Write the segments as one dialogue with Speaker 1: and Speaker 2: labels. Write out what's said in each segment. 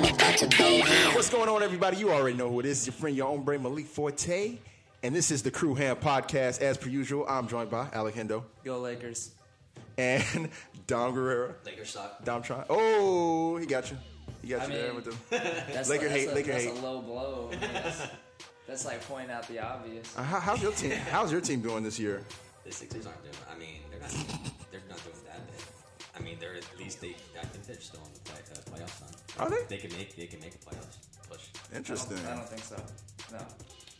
Speaker 1: What's going on, everybody? You already know who it is. It's your friend, your own brain, Malik Forte. And this is the Crew Ham Podcast. As per usual, I'm joined by Alec Hendo
Speaker 2: Go Lakers.
Speaker 1: and Dom Guerrero.
Speaker 2: Lakers suck.
Speaker 1: Dom Tron. Oh, he got you. He got
Speaker 2: I
Speaker 1: you there
Speaker 2: mean-
Speaker 1: with the.
Speaker 2: That's
Speaker 1: Laker
Speaker 2: that's
Speaker 1: hate,
Speaker 2: A,
Speaker 1: Laker
Speaker 2: that's
Speaker 1: hate.
Speaker 2: a low blow. I mean, That's, that's like pointing out the obvious.
Speaker 1: Uh, How, how's your team? How's your team doing this year?
Speaker 3: The Sixers aren't doing. I mean, they're not. They're not doing that bad. I mean, they're at least they. I think they're still in the play, uh, playoffs. Now.
Speaker 1: Are they?
Speaker 3: They can make. They can make a playoffs push.
Speaker 2: I don't,
Speaker 1: Interesting.
Speaker 2: I don't think so. No.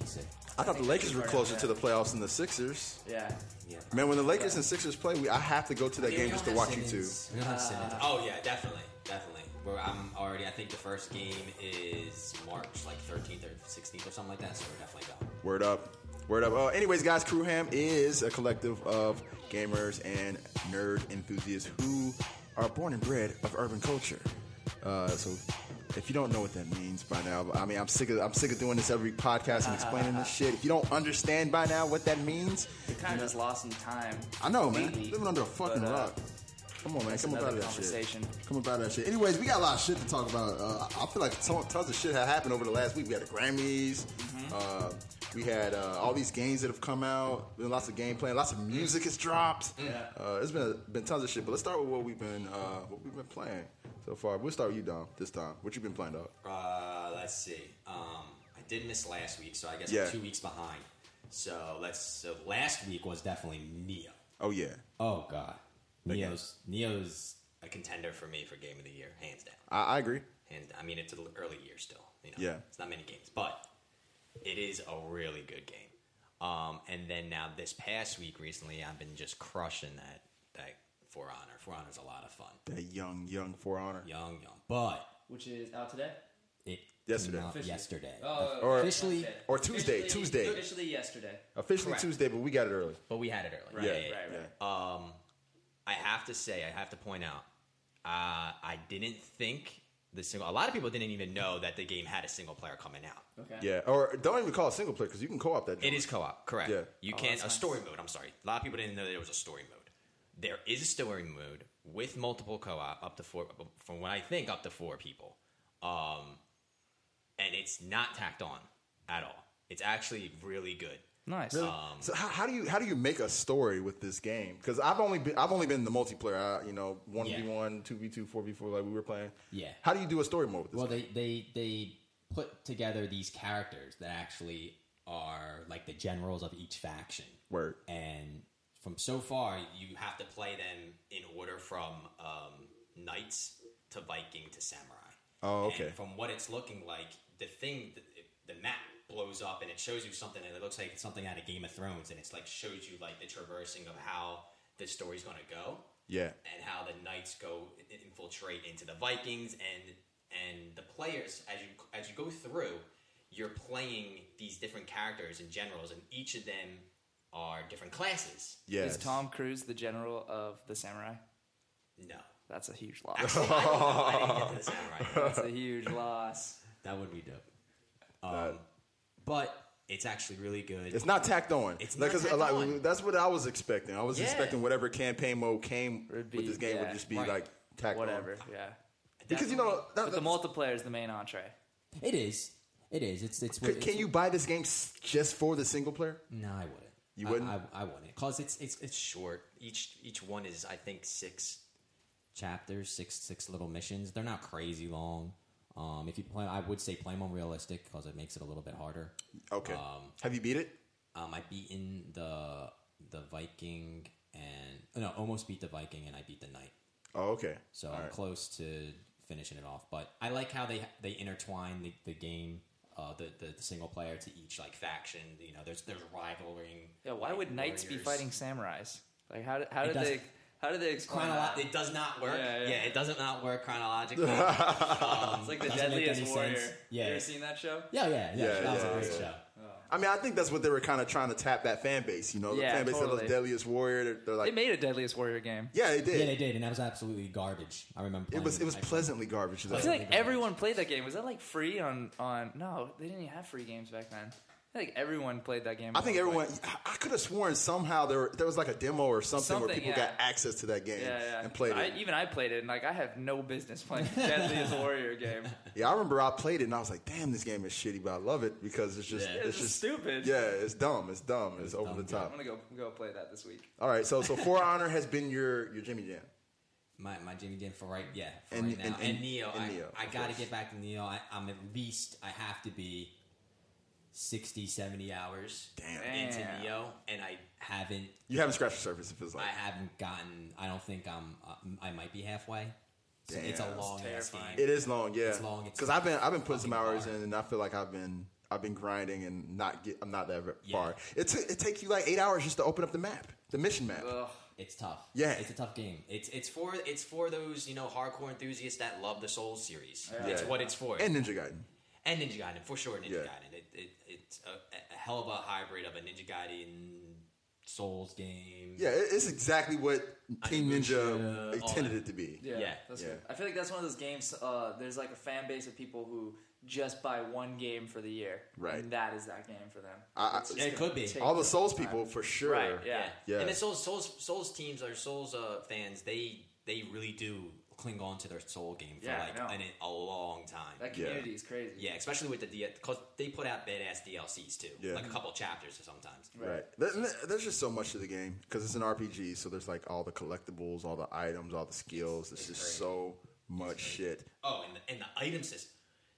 Speaker 3: Sick.
Speaker 1: I thought the Lakers were
Speaker 2: Right,
Speaker 1: closer
Speaker 2: yeah.
Speaker 1: to the playoffs than the Sixers.
Speaker 2: Yeah.
Speaker 3: Yeah.
Speaker 1: Man, when the Lakers and Sixers play, we, I have to go to that game just to watch you two.
Speaker 3: We don't have Simmons. Oh yeah, definitely, definitely. Where I'm already. I think the first game is March like 13th or 16th or something like that. So we're definitely going.
Speaker 1: Word up. Word up. Uh, anyways, guys, Crew Ham is a collective of gamers and nerd enthusiasts who are born and bred of urban culture. Uh, so if you don't know what that means by now, I mean I'm sick of I'm sick of doing this every podcast and explaining this shit. If you don't understand by now what that means,
Speaker 2: We kind of just lost some time.
Speaker 1: I know, man.
Speaker 2: completely,
Speaker 1: Living under a fucking
Speaker 2: but, uh,
Speaker 1: rock. Come on, man.
Speaker 2: that's
Speaker 1: Come up out
Speaker 2: another
Speaker 1: of that
Speaker 2: conversation.
Speaker 1: shit. Come up out of that shit. Anyways, we got a lot of shit to talk about. Uh, I feel like ton- tons of shit had happened over the last week. We had the Grammys.
Speaker 2: Mm-hmm.
Speaker 1: Uh, we had uh, all these games that have come out. Been lots of game playing. Lots of music has dropped.
Speaker 2: Yeah.
Speaker 1: Uh, it's been been tons of shit. But let's start with what we've been uh, what we've been playing so far. We'll start with you, Dom. This time, what you been playing, dog?
Speaker 3: Uh, let's see. Um, I did miss last week, so I guess
Speaker 1: Yeah.
Speaker 3: I'm two weeks behind. So let's. So last week was definitely Neo.
Speaker 1: Oh yeah,
Speaker 3: Oh god,
Speaker 1: Big
Speaker 3: Neo's Neo's a contender for me for game of the year, hands down.
Speaker 1: I, I agree.
Speaker 3: Hands down. I mean, it's an early year still. You know,
Speaker 1: Yeah.
Speaker 3: it's not many games, but it is a really good game. Um, and then now this past week, recently, I've been just crushing that that For Honor. For Honor's a lot of fun.
Speaker 1: That young young For Honor.
Speaker 3: Young, young, but
Speaker 2: Which is out today?
Speaker 3: it
Speaker 1: Yesterday.
Speaker 3: came out
Speaker 2: Officially.
Speaker 3: yesterday.
Speaker 2: Oh,
Speaker 1: Or-
Speaker 3: officially,
Speaker 2: Tuesday.
Speaker 1: or Tuesday, Tuesday.
Speaker 2: Officially yesterday.
Speaker 1: Officially
Speaker 3: Correct.
Speaker 1: Tuesday, but we got it early.
Speaker 3: but we had it early.
Speaker 1: yeah,
Speaker 3: Yeah, yeah, yeah.
Speaker 2: right,
Speaker 1: yeah.
Speaker 2: right.
Speaker 3: I have to say, I have to point out, uh, I didn't think the single. A lot of people didn't even know that the game had a single player coming out.
Speaker 2: Okay.
Speaker 1: Yeah, or don't even call it single player because you can co-op that.
Speaker 3: It
Speaker 1: joint.
Speaker 3: is co-op, correct?
Speaker 1: Yeah.
Speaker 3: You
Speaker 2: Oh,
Speaker 3: can
Speaker 2: that's
Speaker 3: a
Speaker 2: nice.
Speaker 3: story mode. I'm sorry, a lot of people didn't know there was a story mode. There is a story mode with multiple co-op up to four. From what I think, up to four people, um, and it's not tacked on at all. It's actually really good.
Speaker 2: Nice.
Speaker 1: so how, how do you how do you make a story with this game? Because I've only been i've only been in the multiplayer. I, you know, one v one, two v two, four v four, like we were playing.
Speaker 4: Yeah.
Speaker 1: How do you do a story mode with this?
Speaker 4: Well, they they they put together these characters that actually are like the generals of each faction.
Speaker 1: Word.
Speaker 4: And
Speaker 3: from so far, you have to play them in order from um, knights to Viking to samurai.
Speaker 1: Oh, okay.
Speaker 3: And from what it's looking like, the thing, the, the map blows up and it shows you something, and it looks like it's something out of Game of Thrones, and it's like shows you like the traversing of how the story's going to go,
Speaker 1: yeah.
Speaker 3: and how the knights go i- infiltrate into the Vikings, and and the players as you as you go through, you're playing these different characters and generals, and each of them are different classes.
Speaker 1: Yes.
Speaker 2: Is Tom Cruise the general of the samurai?
Speaker 3: No.
Speaker 2: That's a huge loss.
Speaker 3: Actually, I don't know. I didn't get to the samurai.
Speaker 2: That's a huge loss.
Speaker 3: that would be dope. Um, but it's actually really good.
Speaker 1: It's not tacked on.
Speaker 3: It's
Speaker 1: Like,
Speaker 3: not
Speaker 1: 'cause a
Speaker 3: tacked
Speaker 1: lot-
Speaker 3: on.
Speaker 1: That's what I was expecting. I was
Speaker 3: Yeah.
Speaker 1: expecting whatever campaign mode came
Speaker 2: Would
Speaker 1: with
Speaker 2: be-
Speaker 1: this game would
Speaker 2: yeah,
Speaker 1: just be
Speaker 3: right.
Speaker 1: like tacked
Speaker 2: Whatever.
Speaker 1: on.
Speaker 2: Yeah.
Speaker 1: Because you know, that,
Speaker 2: But the
Speaker 1: that,
Speaker 2: multiplayer is the main entree.
Speaker 4: it is, it is. It's it's.
Speaker 1: c-
Speaker 4: it's
Speaker 1: can you buy this game s- just for the single player?
Speaker 4: No, I wouldn't.
Speaker 1: You
Speaker 4: I-
Speaker 1: wouldn't?
Speaker 4: I, I, wouldn't. Cause it's it's
Speaker 3: it's short. Each each one is, I think, six.
Speaker 4: chapters, six six little missions. They're not crazy long. Um, if you play, I would say play them on realistic because it makes it a little bit harder.
Speaker 1: Okay. Have you beat it?
Speaker 4: Um, I beat in the the Viking and no, almost beat the Viking and I beat the Knight.
Speaker 1: Oh, okay.
Speaker 4: So
Speaker 1: All
Speaker 4: I'm
Speaker 1: right.
Speaker 4: close to finishing it off, but I like how they they intertwine the, the game, uh, the, the the single player to each like faction. You know, there's there's rivaling.
Speaker 2: Yeah, why
Speaker 4: like,
Speaker 2: would knights be
Speaker 4: warriors.
Speaker 2: fighting samurais? Like, how did, how did
Speaker 4: doesn't-
Speaker 2: they How do they explain
Speaker 3: Chronolo-
Speaker 2: that?
Speaker 3: it does not work.
Speaker 2: Yeah,
Speaker 3: Yeah,
Speaker 2: yeah.
Speaker 3: it doesn't not work chronologically.
Speaker 2: It's like the
Speaker 5: Doesn't make
Speaker 2: Deadliest
Speaker 5: any
Speaker 2: Warrior.
Speaker 5: sense. Yeah.
Speaker 2: You ever seen that show?
Speaker 5: Yeah, yeah, yeah.
Speaker 1: Yeah,
Speaker 5: that was
Speaker 1: yeah,
Speaker 5: a great
Speaker 1: yeah.
Speaker 5: show.
Speaker 1: I mean, I think that's what they were kind of trying to tap that fan base. You know, the
Speaker 2: Yeah,
Speaker 1: fan base of
Speaker 2: totally.
Speaker 1: the Deadliest Warrior. They're, they're
Speaker 2: They
Speaker 1: like,
Speaker 2: made a Deadliest Warrior game.
Speaker 1: yeah, they did.
Speaker 5: Yeah, they did, and that was absolutely garbage. I remember.
Speaker 1: it
Speaker 5: playing
Speaker 1: was it was
Speaker 5: I-
Speaker 1: pleasantly garbage.
Speaker 2: I
Speaker 1: though.
Speaker 2: feel like everyone played that game. Was that like free on on? No, they didn't even have free games back then. I think everyone played that game.
Speaker 1: I
Speaker 2: at
Speaker 1: think
Speaker 2: one point.
Speaker 1: everyone. I- I could have sworn somehow there were- there was like a demo or something, where
Speaker 2: Something,
Speaker 1: people
Speaker 2: yeah.
Speaker 1: got access to that game
Speaker 2: Yeah, yeah.
Speaker 1: and played
Speaker 2: I,
Speaker 1: it.
Speaker 2: Even I played it, and like I have no business playing the Deadliest Warrior game.
Speaker 1: yeah, I remember I played it and I was like, "Damn, this game is shitty," but I love it because it's just
Speaker 5: Yeah.
Speaker 1: it's,
Speaker 2: It's
Speaker 1: just
Speaker 2: stupid.
Speaker 1: Yeah, it's dumb. It's dumb. It's, over
Speaker 5: dumb,
Speaker 1: the
Speaker 2: I'm
Speaker 1: top.
Speaker 2: gonna go go play that this week.
Speaker 1: All right, so so For Honor has been your your Jimmy Jam.
Speaker 5: My, my Jimmy Jam for right, yeah, for
Speaker 1: And-
Speaker 5: right now.
Speaker 1: and-
Speaker 5: And,
Speaker 1: and-
Speaker 5: Neo,
Speaker 1: and
Speaker 5: I,
Speaker 1: Neo,
Speaker 5: I
Speaker 1: of
Speaker 5: got to
Speaker 1: course.
Speaker 5: get back to Neo. I, I'm at least I have to be 60, 70 hours
Speaker 1: Damn.
Speaker 3: into
Speaker 2: Damn.
Speaker 3: Neo, and I
Speaker 5: haven't
Speaker 1: You haven't scratched the surface. It feels
Speaker 5: I
Speaker 1: like.
Speaker 5: haven't gotten. I don't think I'm. Uh, I might be halfway. So
Speaker 1: Damn.
Speaker 5: it's a
Speaker 1: That's
Speaker 5: long ass
Speaker 2: terrifying.
Speaker 5: game.
Speaker 1: It is long, yeah.
Speaker 5: It's long, it's
Speaker 1: Because I've been I've been putting some
Speaker 5: fucking
Speaker 1: hours
Speaker 5: hard.
Speaker 1: in, and I feel like I've been I've been grinding and not get I'm not that ver-
Speaker 5: Yeah.
Speaker 1: far. It t- it takes you like eight hours just to open up the map, the mission map.
Speaker 2: Ugh.
Speaker 5: It's tough.
Speaker 1: Yeah.
Speaker 5: it's a tough game.
Speaker 3: it's it's for it's for those you know hardcore enthusiasts that love the Souls series.
Speaker 2: Yeah.
Speaker 3: That's
Speaker 1: Yeah.
Speaker 3: what it's for.
Speaker 1: and Ninja Gaiden.
Speaker 3: and Ninja Gaiden for sure. Ninja
Speaker 1: Yeah.
Speaker 3: Gaiden. It, it, it's a, a hell of a hybrid of a Ninja Gaiden
Speaker 5: Souls game.
Speaker 1: Yeah, it- it's exactly what Team Ninja
Speaker 3: Onimusha,
Speaker 1: intended
Speaker 3: all
Speaker 1: it to be.
Speaker 2: Yeah,
Speaker 3: Yeah.
Speaker 2: that's
Speaker 1: Yeah.
Speaker 2: good. I feel like that's one of those games. Uh, there's like a fan base of people who just buy one game for the year,
Speaker 1: Right.
Speaker 2: And that is that game for them.
Speaker 1: I- I-
Speaker 2: It's just
Speaker 5: It
Speaker 2: gonna
Speaker 5: could be.
Speaker 2: take
Speaker 1: All the
Speaker 2: them
Speaker 1: Souls
Speaker 2: time.
Speaker 1: people for sure.
Speaker 2: Right, yeah.
Speaker 1: Yeah.
Speaker 3: And the Souls Souls Souls teams or Souls uh, fans, they they really do cling on to their Soul game for
Speaker 2: Yeah, I
Speaker 3: like
Speaker 2: know.
Speaker 3: an, a long time.
Speaker 2: That community is crazy.
Speaker 3: yeah, especially with the DL because they put out badass DLCs too,
Speaker 1: Yeah.
Speaker 3: like a couple chapters sometimes.
Speaker 1: Right. There- there- There's just so much to the game because it's an RPG, so there's like all the collectibles, all the items, all the skills. It's just so much shit.
Speaker 3: Oh, and the, and the item system.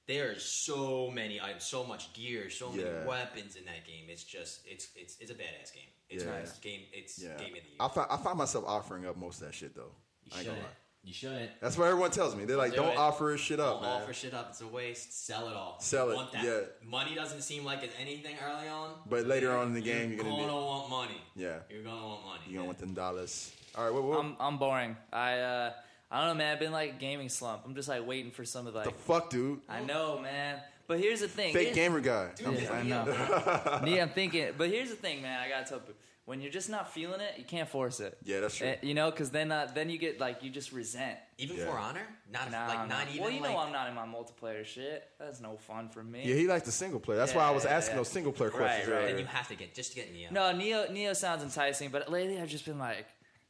Speaker 3: There's so many items, so much gear, so
Speaker 1: Yeah.
Speaker 3: many weapons in that game. It's just it's it's it's a badass game. It's
Speaker 1: Yeah.
Speaker 3: nice game. It's
Speaker 1: Yeah.
Speaker 3: game of the year.
Speaker 1: I find, I find myself offering up most of that shit though.
Speaker 5: you
Speaker 1: I ain't
Speaker 5: should.
Speaker 1: gonna lie.
Speaker 5: You should.
Speaker 1: That's what everyone tells me. They're like,
Speaker 3: Do
Speaker 1: "Don't
Speaker 3: it.
Speaker 1: offer his shit up,
Speaker 3: Don't
Speaker 1: man."
Speaker 3: offer shit up. It's a waste. Sell it all.
Speaker 1: Sell
Speaker 3: You
Speaker 1: it,
Speaker 3: Want that.
Speaker 1: yeah.
Speaker 3: Money doesn't seem like it's anything early on.
Speaker 1: But later on in the game, you're
Speaker 3: you're
Speaker 1: gonna
Speaker 3: gonna,
Speaker 1: be-
Speaker 3: want money.
Speaker 1: Yeah.
Speaker 3: You're gonna want money.
Speaker 1: You don't want them dollars. All right, what, what
Speaker 2: I'm I'm boring. I uh, I don't know, man. I've been like a gaming slump. I'm just like waiting for some of like.
Speaker 1: the fuck, dude?
Speaker 2: I know, man. But here's the thing.
Speaker 1: Fake
Speaker 2: Here's-
Speaker 1: gamer guy. I'm-
Speaker 2: Yeah, I know. yeah, I'm thinking. But here's the thing, man. I gotta tell you, when you're just not feeling it, you can't force it.
Speaker 1: Yeah, that's true.
Speaker 2: Eh, you know, because then uh, then you get like you just resent.
Speaker 3: Even
Speaker 1: Yeah.
Speaker 3: for honor, not
Speaker 2: Nah,
Speaker 3: like not
Speaker 2: nah.
Speaker 3: even.
Speaker 2: Well, you
Speaker 3: like,
Speaker 2: know, I'm not in my multiplayer shit. That's no fun for me.
Speaker 1: Yeah, he liked the single player. That's why I was
Speaker 2: Yeah,
Speaker 1: asking
Speaker 2: yeah.
Speaker 1: those single player
Speaker 2: Right,
Speaker 1: questions
Speaker 2: right.
Speaker 1: earlier.
Speaker 3: Then you have to get just to get uh, Neo.
Speaker 2: No, Neo Neo sounds enticing, but lately I've just been like,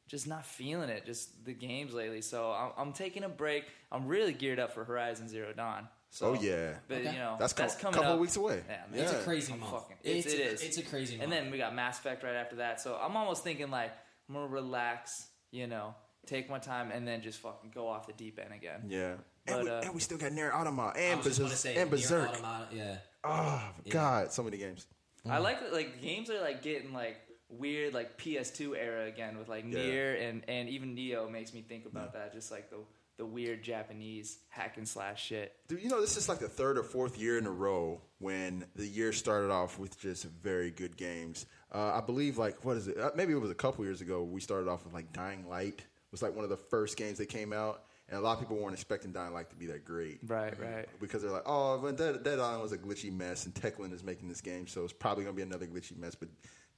Speaker 2: just not feeling it. Just the games lately. So I'm, I'm taking a break. I'm really geared up for Horizon Zero Dawn. So,
Speaker 1: Oh, yeah.
Speaker 2: but
Speaker 5: Okay.
Speaker 2: you know
Speaker 1: That's
Speaker 2: that's,
Speaker 1: co-
Speaker 2: coming
Speaker 1: couple
Speaker 2: up.
Speaker 1: weeks away.
Speaker 2: Yeah, man.
Speaker 1: Yeah.
Speaker 5: It's a crazy
Speaker 2: I'm
Speaker 5: month.
Speaker 2: fucking-
Speaker 5: it's,
Speaker 2: it's- it
Speaker 5: a,
Speaker 2: is.
Speaker 5: It's a crazy month.
Speaker 2: And then we got Mass Effect right after that. So I'm almost thinking like I'm gonna relax, you know, take my time, and then just fucking go off the deep end again.
Speaker 1: yeah.
Speaker 2: But,
Speaker 1: and, we,
Speaker 2: uh,
Speaker 1: and we still got Nier Automata
Speaker 5: I
Speaker 1: and,
Speaker 5: was just
Speaker 1: Berserk,
Speaker 5: gonna say,
Speaker 1: and
Speaker 5: Nier
Speaker 1: Berserk.
Speaker 5: Automata, yeah.
Speaker 1: Oh, God, so many games.
Speaker 2: I
Speaker 1: Mm.
Speaker 2: like that, like games are like getting like weird like PS2 era again with like
Speaker 1: Yeah.
Speaker 2: Nier and and even Neo makes me think about that. Just like the the weird Japanese hack and slash shit.
Speaker 1: Dude, you know, this is like the third or fourth year in a row when the year started off with just very good games. Uh, I believe, like, what is it? Uh, maybe it was a couple years ago. We started off with like Dying Light was like one of the first games that came out, and a lot of people weren't expecting Dying Light to be that great.
Speaker 2: Right, right.
Speaker 1: Because they're like, oh, but Dead, Dead Island was a glitchy mess, and Techland is making this game, so it's probably gonna be another glitchy mess. But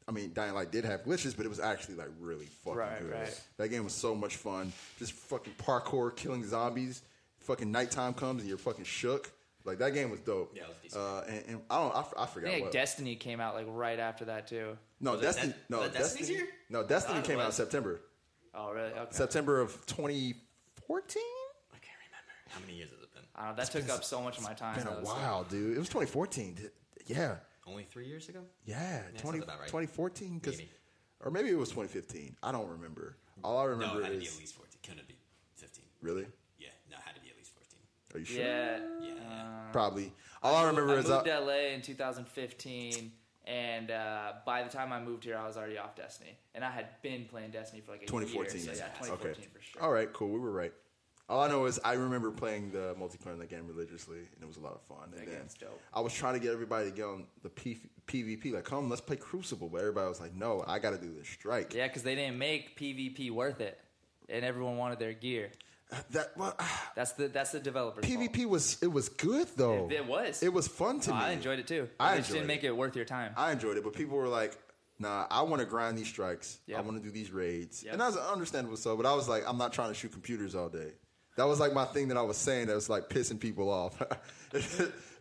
Speaker 1: I mean, Dying Light did have glitches, but it was actually like really fucking
Speaker 2: Right,
Speaker 1: good.
Speaker 2: right.
Speaker 1: That game was so much fun. Just fucking parkour, killing zombies. Fucking nighttime comes and you're fucking shook. Like that game was dope.
Speaker 3: Yeah, it was decent.
Speaker 1: uh, and, and I don't, I, f- I
Speaker 2: I
Speaker 1: forgot
Speaker 2: think like
Speaker 1: what.
Speaker 2: Destiny came out like right after that too.
Speaker 1: no,
Speaker 3: Was it
Speaker 1: Destiny.
Speaker 3: Des-
Speaker 1: no,
Speaker 3: was it Destiny's
Speaker 1: Destiny.
Speaker 3: year?
Speaker 1: No, Destiny
Speaker 3: I thought it
Speaker 1: came out
Speaker 3: was.
Speaker 1: September.
Speaker 2: Oh really? Okay.
Speaker 1: September of 2014.
Speaker 3: I can't remember how many years has it been.
Speaker 2: I don't know. That took up so much of my time.
Speaker 1: Been a
Speaker 2: though, so-
Speaker 1: while, dude. It was 2014. Did- Yeah.
Speaker 3: Only three years ago.
Speaker 1: Yeah,
Speaker 3: sounds
Speaker 1: 20,
Speaker 3: about right.
Speaker 1: 2014, 'cause-
Speaker 3: Maybe.
Speaker 1: or maybe it was 2015. I don't remember. All I
Speaker 3: No,
Speaker 1: remember
Speaker 3: it had to be
Speaker 1: is
Speaker 3: at least fourteen. Couldn't it be fifteen?
Speaker 1: really.
Speaker 3: Yeah, no, it had to be at least fourteen.
Speaker 1: Are you sure?
Speaker 2: Yeah.
Speaker 3: Yeah, yeah.
Speaker 2: Uh,
Speaker 1: Probably. All I, remember
Speaker 2: I
Speaker 1: is uh,
Speaker 2: moved
Speaker 1: I,
Speaker 2: to LA in 2015, and uh, by the time I moved here, I was already off Destiny, and I had been playing Destiny for like a
Speaker 1: 2014.
Speaker 2: Year, so yeah,
Speaker 1: Okay.
Speaker 2: 2014 for sure.
Speaker 1: All right, cool. We were right. All I know is I remember playing the multiplayer in that game religiously, and it was a lot of fun. And
Speaker 2: That
Speaker 1: then
Speaker 2: game's dope.
Speaker 1: I was trying to get everybody to get on the P- PvP, like, come, let's play Crucible. But everybody was like, no, I got to do this strike.
Speaker 2: Yeah, because they didn't make PvP worth it. and everyone wanted their gear.
Speaker 1: That well,
Speaker 2: That's the that's the developer's fault.
Speaker 1: PvP was it was good though.
Speaker 2: It- it was.
Speaker 1: It was fun to
Speaker 2: Oh,
Speaker 1: me.
Speaker 2: I enjoyed it too.
Speaker 1: I
Speaker 2: I just didn't
Speaker 1: enjoyed
Speaker 2: make it worth your time.
Speaker 1: I enjoyed it, but people were like, "Nah, I want to grind these strikes. I
Speaker 2: Yep.
Speaker 1: want to do these raids."
Speaker 2: Yep.
Speaker 1: And I was understandable so, but I was like, "I'm not trying to shoot computers all day." That was like my thing that I was saying that was like pissing people off.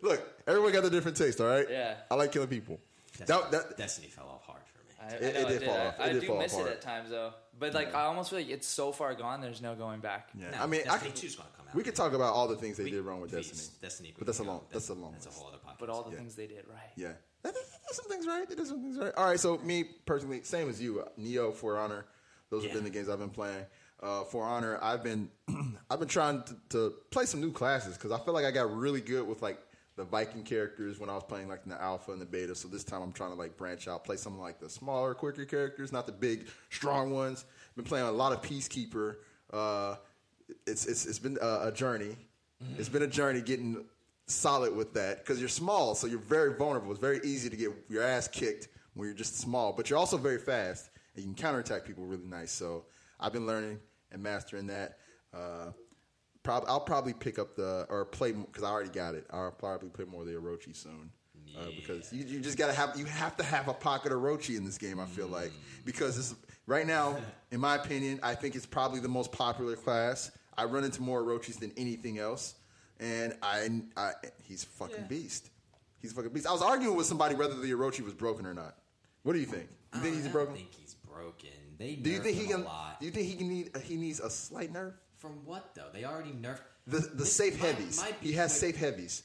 Speaker 1: Look, everyone got their different taste, all right?
Speaker 2: Yeah.
Speaker 1: I like killing people. That, that,
Speaker 6: Destiny fell off hard for me.
Speaker 2: I, I
Speaker 1: It-
Speaker 2: know
Speaker 1: it
Speaker 2: I
Speaker 1: did
Speaker 2: did.
Speaker 1: fall
Speaker 2: I-
Speaker 1: off. It
Speaker 2: I,
Speaker 1: did
Speaker 2: do
Speaker 1: fall
Speaker 2: miss
Speaker 1: apart.
Speaker 2: it at times though. But like I almost feel like it's so far gone. There's no going back.
Speaker 1: yeah.
Speaker 6: No,
Speaker 1: I mean, I
Speaker 6: Destiny
Speaker 1: could-
Speaker 6: 2's gonna come out.
Speaker 1: we could talk about all the things they
Speaker 6: We-
Speaker 1: did wrong with
Speaker 6: please,
Speaker 1: Destiny.
Speaker 6: Destiny,
Speaker 1: But that's a
Speaker 6: no,
Speaker 1: long- that's a long
Speaker 6: That's a
Speaker 1: list.
Speaker 6: whole other podcast.
Speaker 2: But all the
Speaker 1: Yeah.
Speaker 2: things they did right.
Speaker 1: Yeah. They did some things right. They did some things right. All right, so me personally, same as you, uh, Neo, For Honor. Those have
Speaker 6: Yeah.
Speaker 1: been the games I've been playing. Uh, For Honor, I've been I've been trying to, to play some new classes because I feel like I got really good with like the Viking characters when I was playing like in the alpha and the beta. So this time I'm trying to like branch out, play some like the smaller, quicker characters, not the big, strong ones. Been playing a lot of Peacekeeper. Uh, it's it's it's been a, a journey. It's been a journey getting solid with that because you're small, so you're very vulnerable. It's very easy to get your ass kicked when you're just small, but you're also very fast and you can counterattack people really nice. So I've been learning and mastering that. Uh, prob- I'll probably pick up the or play because I already got it. I'll probably play more of the Orochi soon. Uh, because you, you just gotta have you have to have a pocket Orochi in this game. I feel
Speaker 3: Mm.
Speaker 1: like because it's right now, in my opinion, I think it's probably the most popular class. I run into more Orochis than anything else, and I, I he's a fucking beast. He's a fucking beast. I was arguing with somebody whether the Orochi was broken or not. What do you think? You think he's
Speaker 3: I don't
Speaker 1: broken?
Speaker 3: think he's broken. They
Speaker 1: do you think he
Speaker 3: him
Speaker 1: can?
Speaker 3: a lot.
Speaker 1: Do you think he can need? He needs a slight nerve.
Speaker 3: From what though? They already nerfed.
Speaker 1: The the
Speaker 3: This
Speaker 1: safe
Speaker 3: might-
Speaker 1: heavies.
Speaker 3: might be
Speaker 1: he has
Speaker 3: quick.
Speaker 1: safe heavies.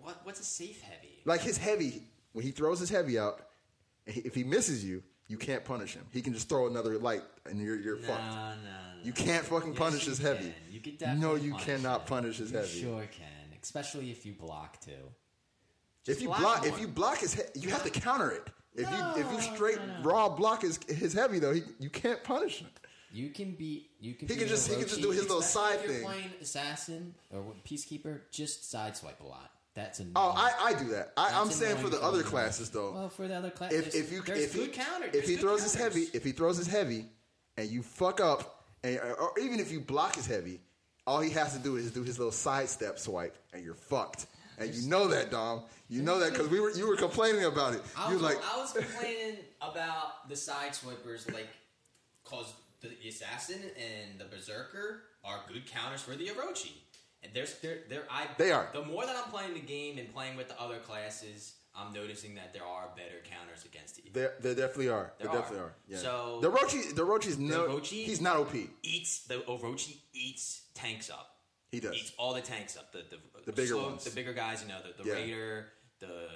Speaker 3: What? What's a safe heavy?
Speaker 1: Like his heavy, when he throws his heavy out, he- if he misses you, you can't punish him. He can just throw another light, and you're you're
Speaker 3: No,
Speaker 1: fucked.
Speaker 3: no, no.
Speaker 1: You can't fucking
Speaker 3: Yes,
Speaker 1: punish
Speaker 3: you
Speaker 1: his heavy.
Speaker 3: can. You can definitely
Speaker 1: no, you
Speaker 3: punish
Speaker 1: cannot
Speaker 3: him.
Speaker 1: punish his
Speaker 3: You
Speaker 1: heavy.
Speaker 3: Sure can, especially if you block too.
Speaker 1: If you
Speaker 6: block
Speaker 1: block,
Speaker 6: more.
Speaker 1: if you block his, he- you have to counter it. If you if you straight raw block his his heavy though, he, you can't punish him.
Speaker 3: You can be. You can.
Speaker 1: He
Speaker 3: be
Speaker 1: can
Speaker 3: an
Speaker 1: just- he can just
Speaker 3: Orochi,
Speaker 1: do his little
Speaker 3: especially if
Speaker 1: side
Speaker 3: you're
Speaker 1: thing.
Speaker 3: Playing assassin or peacekeeper, just sideswipe a lot. That's a
Speaker 1: Oh, I, I do that. I, I'm
Speaker 3: That's
Speaker 1: saying for
Speaker 3: annoying
Speaker 1: the
Speaker 3: for
Speaker 1: other
Speaker 3: me. Oh,
Speaker 1: classes though.
Speaker 3: Well, for the other class,
Speaker 1: if if you
Speaker 3: there's
Speaker 1: if
Speaker 3: good
Speaker 1: he,
Speaker 3: counter,
Speaker 1: if
Speaker 3: there's
Speaker 1: he
Speaker 3: good
Speaker 1: throws his
Speaker 3: counters.
Speaker 1: heavy if he throws his heavy and you fuck up and or, or even if you block his heavy, all he has to do is do his little sidestep swipe and you're fucked. And you know that, Dom. You know that because we were you were complaining about it.
Speaker 3: I
Speaker 1: You
Speaker 3: was,
Speaker 1: were like
Speaker 3: I was complaining about the side swipers, like, cause the assassin and the berserker are good counters for the Orochi, and there's there there I
Speaker 1: They are.
Speaker 3: The more that I'm playing the game and playing with the other classes, I'm noticing that there are better counters against it.
Speaker 1: there, there definitely are. There,
Speaker 3: There are.
Speaker 1: definitely are. Yeah.
Speaker 3: So-
Speaker 1: the Rochi, the Rochi's no,
Speaker 3: Orochi-
Speaker 1: he's not OP.
Speaker 3: Eats the Orochi eats tanks up.
Speaker 1: He does.
Speaker 3: Eats all the tanks up. The the,
Speaker 1: The bigger ones.
Speaker 3: The bigger guys, you know, the, the
Speaker 1: Yeah.
Speaker 3: raider, the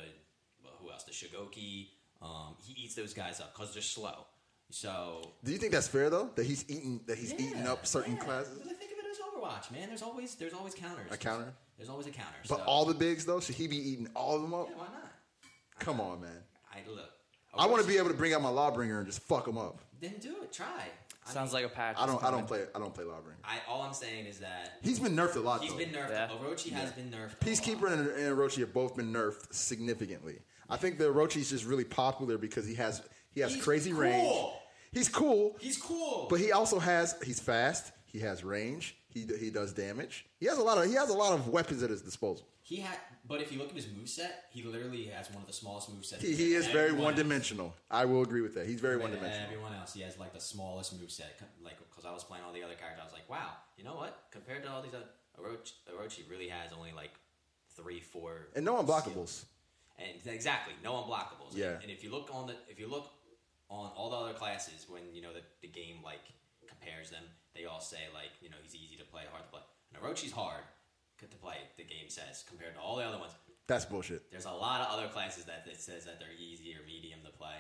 Speaker 3: well, who else? The Shigoki. Um, he eats those guys up because they're slow. So
Speaker 1: Do you think that's fair though? That he's eating that he's
Speaker 3: Yeah,
Speaker 1: eating up certain
Speaker 3: yeah.
Speaker 1: classes,
Speaker 3: But I think of it as Overwatch, man. There's always there's always counters.
Speaker 1: A counter?
Speaker 3: There's always a counter.
Speaker 1: but
Speaker 3: so-
Speaker 1: all the bigs though should he be eating all of them up?
Speaker 3: yeah, why not?
Speaker 1: Come on, man.
Speaker 3: I look.
Speaker 1: I want to be able to bring out my lawbringer and just fuck him up.
Speaker 3: Then do it. Try. I
Speaker 2: Sounds
Speaker 3: mean,
Speaker 2: like a patch.
Speaker 1: I
Speaker 2: is
Speaker 1: don't. I don't
Speaker 2: coming.
Speaker 1: play. I don't play Lawbringer.
Speaker 3: I. All I'm saying is that
Speaker 1: He's been nerfed a lot.
Speaker 3: he's
Speaker 1: though.
Speaker 3: been nerfed.
Speaker 2: Yeah.
Speaker 3: Orochi has been nerfed.
Speaker 1: Peacekeeper and, and Orochi have both been nerfed significantly. I think the Orochi's just really popular because he has he has
Speaker 3: He's
Speaker 1: crazy
Speaker 3: cool.
Speaker 1: range. He's cool,
Speaker 3: He's cool.
Speaker 1: but he also has he's fast. He has range. He d- he does damage. He has a lot of he has a lot of weapons at his disposal.
Speaker 3: he had. But if you look at his moveset, he literally has one of the smallest movesets.
Speaker 1: He, he is very
Speaker 3: Everyone-
Speaker 1: one dimensional. I will agree with that. He's very one
Speaker 3: compared to
Speaker 1: dimensional.
Speaker 3: Everyone else, he has like the smallest moveset. Like because I was playing all the other characters, I was like, wow, you know what? Compared to all these other, Orochi, Orochi really has only like three, four,
Speaker 1: And no
Speaker 3: skills.
Speaker 1: unblockables.
Speaker 3: and exactly no unblockables. And-
Speaker 1: Yeah.
Speaker 3: And, if you look on the if you look on all the other classes when you know the, the game like compares them, they all say like you know he's easy to play, hard to play. And Orochi's hard c- to play. The game says compared to all the other ones.
Speaker 1: That's bullshit.
Speaker 3: There's a lot of other classes that it says that they're easy or medium to play.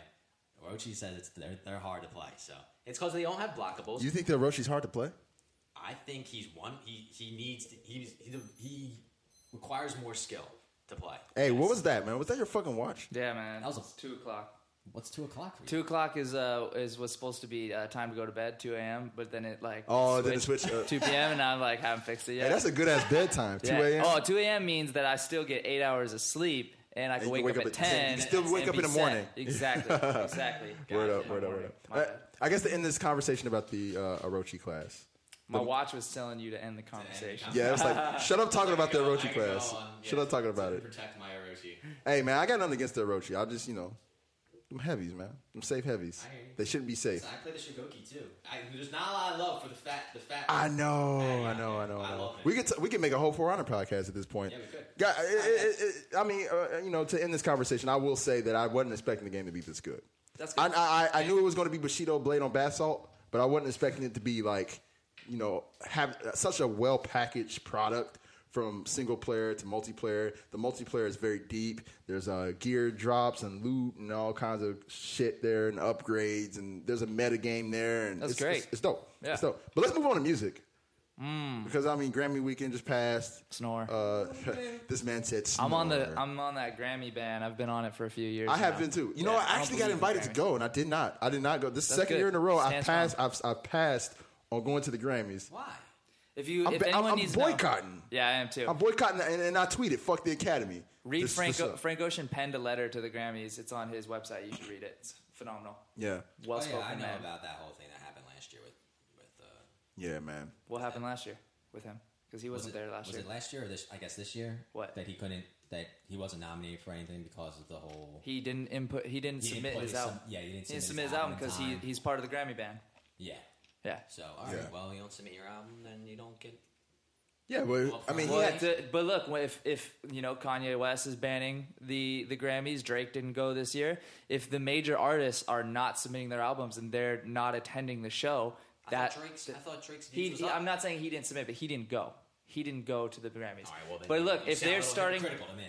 Speaker 3: Orochi says it's they're, they're hard to play. So it's because they don't have blockables.
Speaker 1: You think the Orochi's hard to play?
Speaker 3: I think he's one. He he needs to, he he he requires more skill to play.
Speaker 1: Hey, what was that, man? Was that your fucking watch?
Speaker 2: Yeah, man.
Speaker 3: That was a-
Speaker 2: It's two o'clock.
Speaker 3: What's two o'clock for you?
Speaker 2: Two o'clock is uh is what's supposed to be uh, time to go to bed, two a.m. But then it like
Speaker 1: Oh, then it switched up.
Speaker 2: two p.m. and I'm like haven't fixed it yet.
Speaker 1: Hey, that's a good ass bedtime. Two
Speaker 2: Yeah.
Speaker 1: a.m.
Speaker 2: Oh, 2 a.m. means that I still get eight hours of sleep and I can
Speaker 1: you
Speaker 2: wake, up, at 10.
Speaker 1: You still
Speaker 2: and
Speaker 1: wake up
Speaker 2: be
Speaker 1: in the
Speaker 2: set.
Speaker 1: morning.
Speaker 2: Exactly. Exactly.
Speaker 1: Word
Speaker 2: Gotcha.
Speaker 1: up, word up, word
Speaker 2: My
Speaker 1: up.
Speaker 2: bad.
Speaker 1: I, I guess to end this conversation about the uh, Orochi class,
Speaker 2: My watch was telling you to end the conversation.
Speaker 1: Yeah, it was like, shut up talking about the Orochi
Speaker 3: I can go
Speaker 1: class.
Speaker 3: on,
Speaker 1: Shut
Speaker 3: yeah,
Speaker 1: up talking about
Speaker 3: to
Speaker 1: it.
Speaker 3: Protect my Orochi.
Speaker 1: Hey, man, I got nothing against the Orochi. I just, you know, them heavies, man. Them safe heavies.
Speaker 3: I hear you.
Speaker 1: They shouldn't be safe.
Speaker 3: So I play the Shigoki too. I, there's not a lot of love for the fat. The fat.
Speaker 1: I know,
Speaker 3: Yeah,
Speaker 1: I know, I know,
Speaker 3: I
Speaker 1: I know.
Speaker 3: love it.
Speaker 1: We could t- we could make a whole four honor podcast at this point.
Speaker 3: Yeah, we could.
Speaker 1: Guy- I- I- I- I- I mean, uh, you know, to end this conversation, I will say that I wasn't expecting the game to be this good.
Speaker 2: That's good.
Speaker 1: I, I, I- I knew it was going to be Bushido Blade on Basalt, but I wasn't expecting it to be like, you know, have uh, such a well packaged product from single player to multiplayer. The multiplayer is very deep. There's uh, gear drops and loot and all kinds of shit there and upgrades and there's a meta game there and
Speaker 2: That's
Speaker 1: it's,
Speaker 2: great.
Speaker 1: It's, it's dope.
Speaker 2: Yeah.
Speaker 1: It's dope. But let's move on to music. Because I mean, Grammy weekend just passed.
Speaker 2: Snore.
Speaker 1: Uh, this man said,
Speaker 2: I'm on the
Speaker 1: snore.
Speaker 2: I'm on that Grammy band. I've been on it for a few years.
Speaker 1: I have
Speaker 2: now.
Speaker 1: been too. You know,
Speaker 2: Yeah,
Speaker 1: I
Speaker 2: don't
Speaker 1: actually got
Speaker 2: believe in
Speaker 1: invited to
Speaker 2: Grammy.
Speaker 1: go, and I did not. I did not go. This is the second
Speaker 2: good.
Speaker 1: year in a row, I
Speaker 2: Stand
Speaker 1: passed. I've, I passed on going to the Grammys.
Speaker 3: Why?
Speaker 2: If you,
Speaker 1: I'm
Speaker 2: if
Speaker 1: ba- I'm-
Speaker 2: anyone
Speaker 1: I'm
Speaker 2: needs To
Speaker 1: boycotting.
Speaker 2: know, yeah, I am too.
Speaker 1: I'm boycotting, and, and I tweeted, "Fuck the Academy."
Speaker 2: Read
Speaker 1: This-
Speaker 2: Frank
Speaker 1: this
Speaker 2: o-
Speaker 1: up.
Speaker 2: Frank Ocean penned a letter to the Grammys. It's on his website. You should read it. It's phenomenal.
Speaker 1: Yeah,
Speaker 2: Well
Speaker 3: Oh,
Speaker 2: spoken
Speaker 3: yeah, I know
Speaker 2: man.
Speaker 3: about that whole thing that happened last year with with. Uh,
Speaker 1: yeah, man.
Speaker 2: What happened last year with him? Because he wasn't there last
Speaker 3: was
Speaker 2: year.
Speaker 3: it last year or this? I guess this year.
Speaker 2: What?
Speaker 3: that he couldn't that he wasn't nominated for anything because of the whole.
Speaker 2: He didn't input. He didn't
Speaker 3: He didn't
Speaker 2: submit
Speaker 3: put
Speaker 2: his
Speaker 3: his sub-
Speaker 2: album.
Speaker 3: yeah, he didn't submit his
Speaker 2: submit his
Speaker 3: album
Speaker 2: album
Speaker 3: in
Speaker 2: because he
Speaker 3: time.
Speaker 2: he's part of the Grammy band.
Speaker 3: Yeah.
Speaker 2: Yeah.
Speaker 3: So all right,
Speaker 1: Yeah.
Speaker 3: well, you don't submit your album, then you don't get.
Speaker 1: Yeah, well,
Speaker 3: Well,
Speaker 1: I mean, he
Speaker 2: Well,
Speaker 1: had,
Speaker 2: it did- but look, if if you know Kanye West is banning the the Grammys, Drake didn't go this year. If the major artists are not submitting their albums and they're not attending the show,
Speaker 3: I
Speaker 2: that
Speaker 3: thought Drake's. I thought Drake's.
Speaker 2: he,
Speaker 3: views was
Speaker 2: he-
Speaker 3: up.
Speaker 2: I'm not saying he didn't submit, but he didn't go. He didn't go to the Grammys.
Speaker 3: All right, well, then
Speaker 2: but
Speaker 3: you-
Speaker 2: look,
Speaker 3: you
Speaker 2: if
Speaker 3: sound a
Speaker 2: they're
Speaker 3: little
Speaker 2: starting,
Speaker 3: hypocritical to me.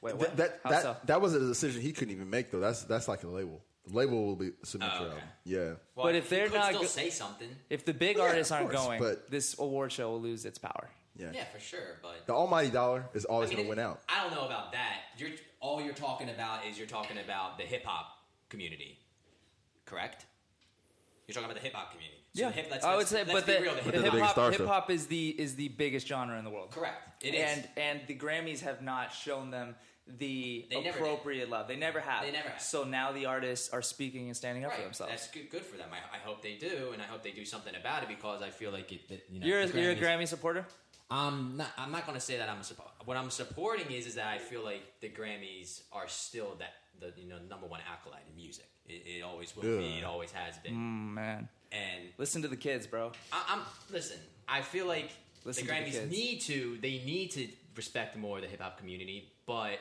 Speaker 2: wait,
Speaker 1: th-
Speaker 2: what?
Speaker 1: that
Speaker 2: How
Speaker 1: that
Speaker 2: so?
Speaker 1: that was a decision he couldn't even make though. That's that's like a label. The label will be submit
Speaker 3: Oh,
Speaker 1: your
Speaker 3: okay.
Speaker 1: album. Yeah,
Speaker 3: Well,
Speaker 2: But if
Speaker 3: you
Speaker 2: they're
Speaker 3: could
Speaker 2: not
Speaker 3: still
Speaker 2: go-
Speaker 3: say something,
Speaker 2: if the big
Speaker 1: yeah,
Speaker 2: artists
Speaker 1: of
Speaker 2: aren't
Speaker 1: course,
Speaker 2: going,
Speaker 1: but-
Speaker 2: this award show will lose its power.
Speaker 1: yeah.
Speaker 3: yeah, for sure. But
Speaker 1: The almighty dollar is always
Speaker 3: I mean,
Speaker 1: going to win
Speaker 3: it-
Speaker 1: out.
Speaker 3: I don't know about that. You're all you're talking about is you're talking about the hip hop community, correct? You're talking about the hip hop community. So the hip, let's,
Speaker 2: I would
Speaker 3: let's-
Speaker 2: say,
Speaker 3: let's
Speaker 2: but
Speaker 3: be
Speaker 2: the,
Speaker 3: real, the
Speaker 1: they're
Speaker 3: hip
Speaker 1: the biggest
Speaker 3: hop.
Speaker 1: star
Speaker 2: hip
Speaker 1: show.
Speaker 2: hop is the is the biggest genre in the world.
Speaker 3: Correct. It is.
Speaker 2: and and the Grammys have not shown them the
Speaker 3: They never
Speaker 2: appropriate love. They never have.
Speaker 3: They never have.
Speaker 2: So now the artists are speaking and standing up for
Speaker 3: right.
Speaker 2: themselves.
Speaker 3: That's good, good for them. I, I hope they do, and I hope they do something about it because I feel like it. That, you know,
Speaker 2: you're a,
Speaker 3: the
Speaker 2: you're a
Speaker 3: Grammys-
Speaker 2: Grammy supporter.
Speaker 3: I'm not. I'm not going to say that I'm a support. What I'm supporting is is that I feel like the Grammys are still that the you know number one acolyte in music. It, it always will be.
Speaker 1: Yeah.
Speaker 3: It always has been.
Speaker 2: Mm, man,
Speaker 3: And
Speaker 2: listen to the kids, bro.
Speaker 3: I, I'm listen. I feel like
Speaker 2: Listen
Speaker 3: the
Speaker 2: to the
Speaker 3: Grammys
Speaker 2: kids.
Speaker 3: need to. They need to respect more the hip hop community. But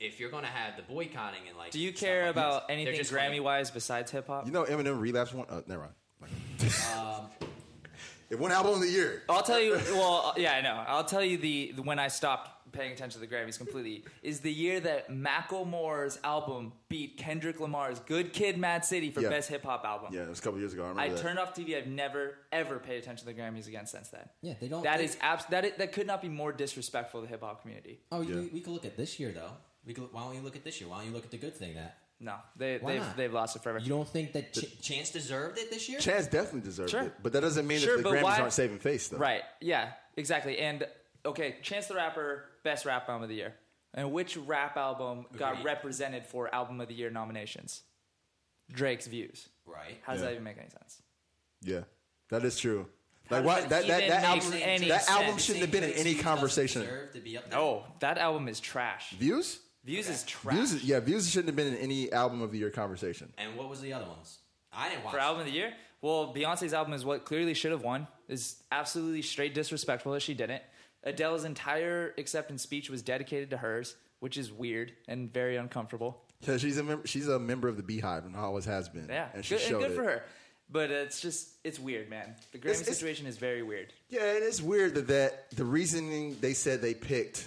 Speaker 3: if you're going to have the boycotting and like,
Speaker 2: Do you
Speaker 3: stuff
Speaker 2: care
Speaker 3: like this,
Speaker 2: about
Speaker 3: they're
Speaker 2: anything
Speaker 3: just
Speaker 2: Grammy
Speaker 3: Gonna,
Speaker 2: wise besides hip hop?
Speaker 1: You know, Eminem relapse one. Uh, never mind.
Speaker 2: Um,
Speaker 1: it won album of the year.
Speaker 2: I'll tell you. Well, uh, yeah, I know. I'll tell you the when I stopped paying attention to the Grammys completely is the year that Macklemore's album beat Kendrick Lamar's "Good Kid, Mad City" for
Speaker 1: Yeah.
Speaker 2: best hip hop album.
Speaker 1: Yeah, it was a couple years ago. I remember
Speaker 2: I
Speaker 1: that.
Speaker 2: turned off TV. I've never ever paid attention to the Grammys again since then.
Speaker 3: Yeah, they don't-
Speaker 2: That
Speaker 3: they-
Speaker 2: is abs- that is, that could not be more disrespectful to the hip hop community.
Speaker 3: oh,
Speaker 1: you- Yeah.
Speaker 3: we can look at this year though. We could, why don't you look at this year? Why don't you look at the good thing that
Speaker 2: No, they
Speaker 3: Why
Speaker 2: they've,
Speaker 3: not?
Speaker 2: they've lost it forever.
Speaker 3: don't think that Ch- Chance deserved it this year?
Speaker 1: Chance definitely deserved
Speaker 2: Sure.
Speaker 1: it, but that doesn't mean
Speaker 2: Sure,
Speaker 1: that the
Speaker 2: but
Speaker 1: Grammys
Speaker 2: why-
Speaker 1: aren't saving face, though.
Speaker 2: Right? Yeah, exactly. And okay, Chance the Rapper, best rap album of the year. And which rap album got
Speaker 3: Agreed.
Speaker 2: represented for album of the year nominations? Drake's Views.
Speaker 3: Right.
Speaker 2: How does
Speaker 1: Yeah.
Speaker 2: that even make any sense?
Speaker 1: Yeah, that is true. Like
Speaker 2: does
Speaker 1: why
Speaker 2: that
Speaker 1: that that,
Speaker 2: even
Speaker 1: that
Speaker 2: make
Speaker 1: album
Speaker 2: any
Speaker 1: that
Speaker 2: sense?
Speaker 1: album shouldn't have been in any
Speaker 3: Doesn't
Speaker 1: conversation.
Speaker 3: deserve to be up there.
Speaker 2: No, Oh, that album is trash.
Speaker 1: Views,
Speaker 2: Views is trash.
Speaker 1: views, is- yeah, views shouldn't have been in any album of the year conversation.
Speaker 3: And what was the other ones? I didn't watch.
Speaker 2: for album of the year. Well, Beyonce's album is what clearly should have won. Is absolutely straight disrespectful that she didn't. Adele's entire acceptance speech was dedicated to hers, which is weird and very uncomfortable.
Speaker 1: Yeah, she's a mem- she's a member of the Beehive and always has been.
Speaker 2: Yeah,
Speaker 1: and she
Speaker 2: good, and
Speaker 1: showed
Speaker 2: good
Speaker 1: it.
Speaker 2: for her. But it's just it's weird, man. The Grammy
Speaker 1: It's- it's-
Speaker 2: situation is very weird.
Speaker 1: Yeah, and it's weird that, that the reasoning they said they picked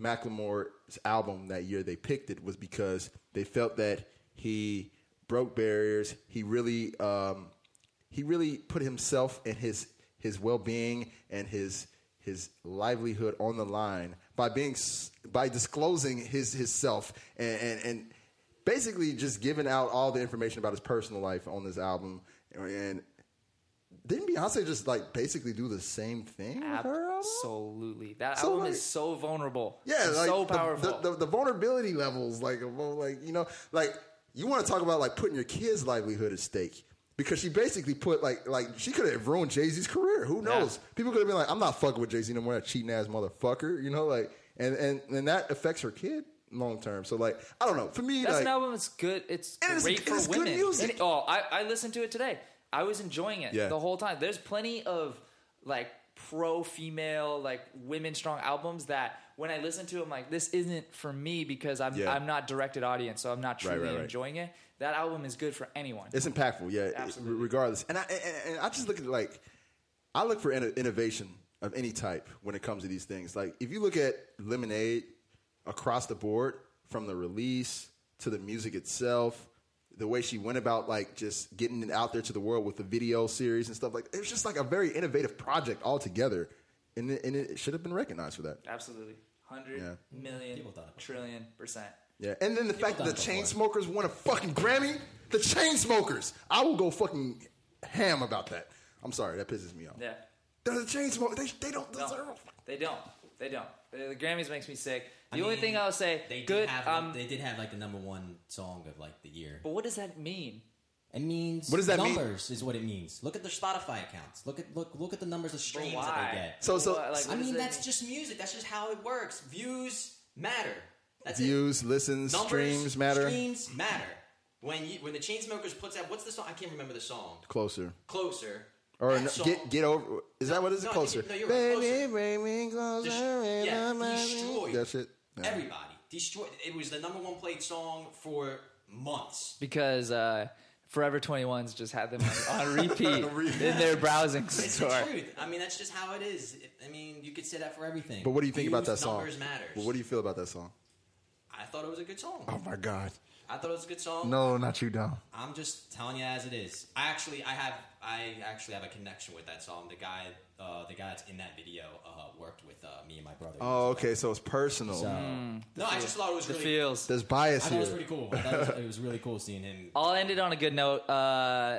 Speaker 1: Macklemore's album that year they picked it was because they felt that he broke barriers. He really um, he really put himself and his his well being and his his livelihood on the line by being s- by disclosing his his self and and, and basically just giving out all the information about his personal life on this album and didn't Beyonce just like basically do the same thing with her album?
Speaker 2: Absolutely, that
Speaker 1: So,
Speaker 2: album
Speaker 1: like-
Speaker 2: is so vulnerable.
Speaker 1: yeah,
Speaker 2: It's
Speaker 1: like
Speaker 2: so
Speaker 1: the-
Speaker 2: powerful.
Speaker 1: The, the, the vulnerability levels, like of all, like you know, like you want to talk about like putting your kids' livelihood at stake. because she basically put like like she could have ruined Jay Z's career. Who knows? People could have been like, "I'm not fucking with Jay Z no more, that cheating ass motherfucker." You know, like and and and that affects her kid long term. So like, I don't know. For me,
Speaker 2: That's
Speaker 1: like,
Speaker 2: an album that's good. It's
Speaker 1: And it's-
Speaker 2: great
Speaker 1: and
Speaker 2: for
Speaker 1: it's good
Speaker 2: women.
Speaker 1: music.
Speaker 2: And- oh, I, I listened to it today. I was enjoying it
Speaker 1: Yeah.
Speaker 2: the whole time. There's plenty of like pro female, like women strong albums that when I listen to, I'm like, this isn't for me because I'm
Speaker 1: Yeah.
Speaker 2: I'm not directed audience, so I'm not
Speaker 1: Right,
Speaker 2: truly
Speaker 1: right, right.
Speaker 2: enjoying it. That album is good for anyone.
Speaker 1: It's impactful, yeah,
Speaker 2: Absolutely.
Speaker 1: regardless. And I and, and I just look at it like I look for inno- innovation of any type when it comes to these things. Like if you look at Lemonade across the board from the release to the music itself, the way she went about like just getting it out there to the world with the video series and stuff like it was just like a very innovative project altogether. And it, and it should have been recognized for that.
Speaker 2: Absolutely, hundred
Speaker 1: Yeah.
Speaker 2: million
Speaker 3: People done it.
Speaker 2: trillion percent.
Speaker 1: Yeah, and then the fact that
Speaker 3: done
Speaker 1: the
Speaker 3: it before.
Speaker 1: chain smokers won a fucking Grammy, the chain smokers, I will go fucking ham about that. I'm sorry, that pisses me off.
Speaker 2: Yeah,
Speaker 1: They're the chain smokers. They, they don't
Speaker 2: No,
Speaker 1: deserve. a fuck-
Speaker 2: they don't. They don't. The, the Grammys makes me sick. The
Speaker 3: I
Speaker 2: only
Speaker 3: mean,
Speaker 2: thing I'll say,
Speaker 3: They did
Speaker 2: good.
Speaker 3: Have,
Speaker 2: um,
Speaker 3: they did have like the number one song of like the year.
Speaker 2: but what does that mean?
Speaker 3: It means
Speaker 1: What does that mean?
Speaker 3: numbers is what it means. Look at their Spotify accounts. Look at look look at the numbers of streams that
Speaker 2: why?
Speaker 3: they get.
Speaker 1: So so
Speaker 2: What, like,
Speaker 3: I
Speaker 2: what does
Speaker 3: mean,
Speaker 2: that
Speaker 3: that's
Speaker 2: mean?
Speaker 3: just music. That's just how it works. Views matter. That's
Speaker 1: views,
Speaker 3: it.
Speaker 1: listens,
Speaker 3: Numbers,
Speaker 1: streams matter.
Speaker 3: Streams matter. When you when the Chainsmokers puts out what's the song? I can't remember the song.
Speaker 1: Closer
Speaker 3: Closer.
Speaker 1: or
Speaker 3: That
Speaker 1: no,
Speaker 3: song-
Speaker 1: get get over. Is that what is it?
Speaker 3: no, I think
Speaker 1: Closer.
Speaker 3: it- no, you're right,
Speaker 1: Baby,
Speaker 3: Closer.
Speaker 1: bring me closer.
Speaker 3: Des- yeah,
Speaker 1: and I'm-
Speaker 3: destroyed.
Speaker 1: That shit. Yeah.
Speaker 3: Everybody destroyed. It was the number one played song for months.
Speaker 2: because uh, Forever 21's just had them on, on repeat in their browsing
Speaker 3: It's the
Speaker 2: store.
Speaker 3: truth. I mean, that's just how it is. It- I mean, you could say that for everything.
Speaker 1: But what do you think about that
Speaker 3: Views,
Speaker 1: song?
Speaker 3: Numbers matter.
Speaker 1: But what do you feel about that song?
Speaker 3: I thought it was a good song.
Speaker 1: Oh my god.
Speaker 3: I thought it was a good song.
Speaker 1: No, not you, Dom.
Speaker 3: I'm just telling you as it is. I actually, I have, I actually have a connection with that song. The guy, uh, the guy that's in that video uh, worked with uh, me and my brother.
Speaker 1: Oh, okay. So it's personal.
Speaker 3: So, no, I just thought it was
Speaker 2: The
Speaker 3: really.
Speaker 2: feels.
Speaker 1: There's
Speaker 3: I thought
Speaker 1: bias
Speaker 3: it
Speaker 1: here.
Speaker 3: was pretty cool. I thought it, was, it was really cool seeing him.
Speaker 2: I'll end it on a good note. Uh,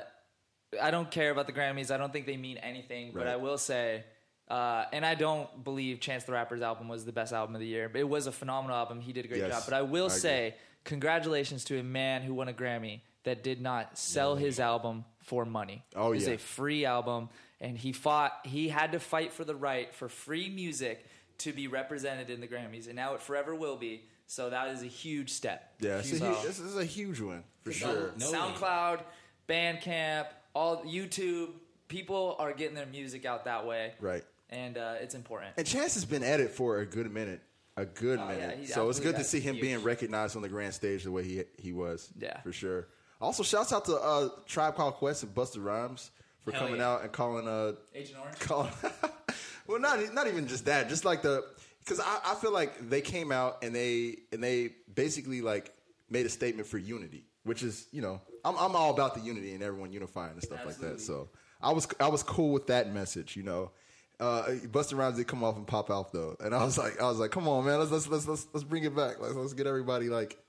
Speaker 2: I don't care about the Grammys. I don't think they mean anything. But
Speaker 1: Right.
Speaker 2: I will say, uh, and I don't believe Chance the Rapper's album was the best album of the year. But it was a phenomenal album. He did a great
Speaker 1: Yes,
Speaker 2: job. But I will
Speaker 1: I agree.
Speaker 2: say, congratulations to a man who won a Grammy that did not sell his album for money.
Speaker 1: Oh,
Speaker 2: it was
Speaker 1: yeah.
Speaker 2: a free album, and he fought. He had to fight for the right for free music to be represented in the Grammys, and now it forever will be. So that is a huge step.
Speaker 1: yeah, it's a
Speaker 2: So-
Speaker 1: huge, this is a huge one for
Speaker 3: No-
Speaker 1: sure.
Speaker 3: no
Speaker 2: SoundCloud, Bandcamp, all YouTube. People are getting their music out that way,
Speaker 1: Right.
Speaker 2: And uh, it's important.
Speaker 1: And Chance has been at it for a good minute. A good
Speaker 2: Oh, yeah,
Speaker 1: minute.
Speaker 2: he
Speaker 1: so it's
Speaker 2: absolutely
Speaker 1: good to
Speaker 2: got
Speaker 1: see him
Speaker 2: huge.
Speaker 1: being recognized on the grand stage the way he he was.
Speaker 2: Yeah.
Speaker 1: For sure. Also, shouts out to uh, Tribe Called Quest and Buster Rhymes for
Speaker 2: Hell
Speaker 1: coming
Speaker 2: yeah.
Speaker 1: out and calling uh
Speaker 2: Agent Orange.
Speaker 1: calling Well not e, not even just that, just like the because I, I feel like they came out and they and they basically like made a statement for unity, which is, you know, I'm I'm all about the unity and everyone unifying and stuff like that.
Speaker 2: Absolutely.
Speaker 1: So I was I was cool with that message, you know. Uh, Buster Rhymes did come off and pop out though, and I was like, I was like, come on, man, let's let's let's let's, let's bring it back. Let's let's get everybody like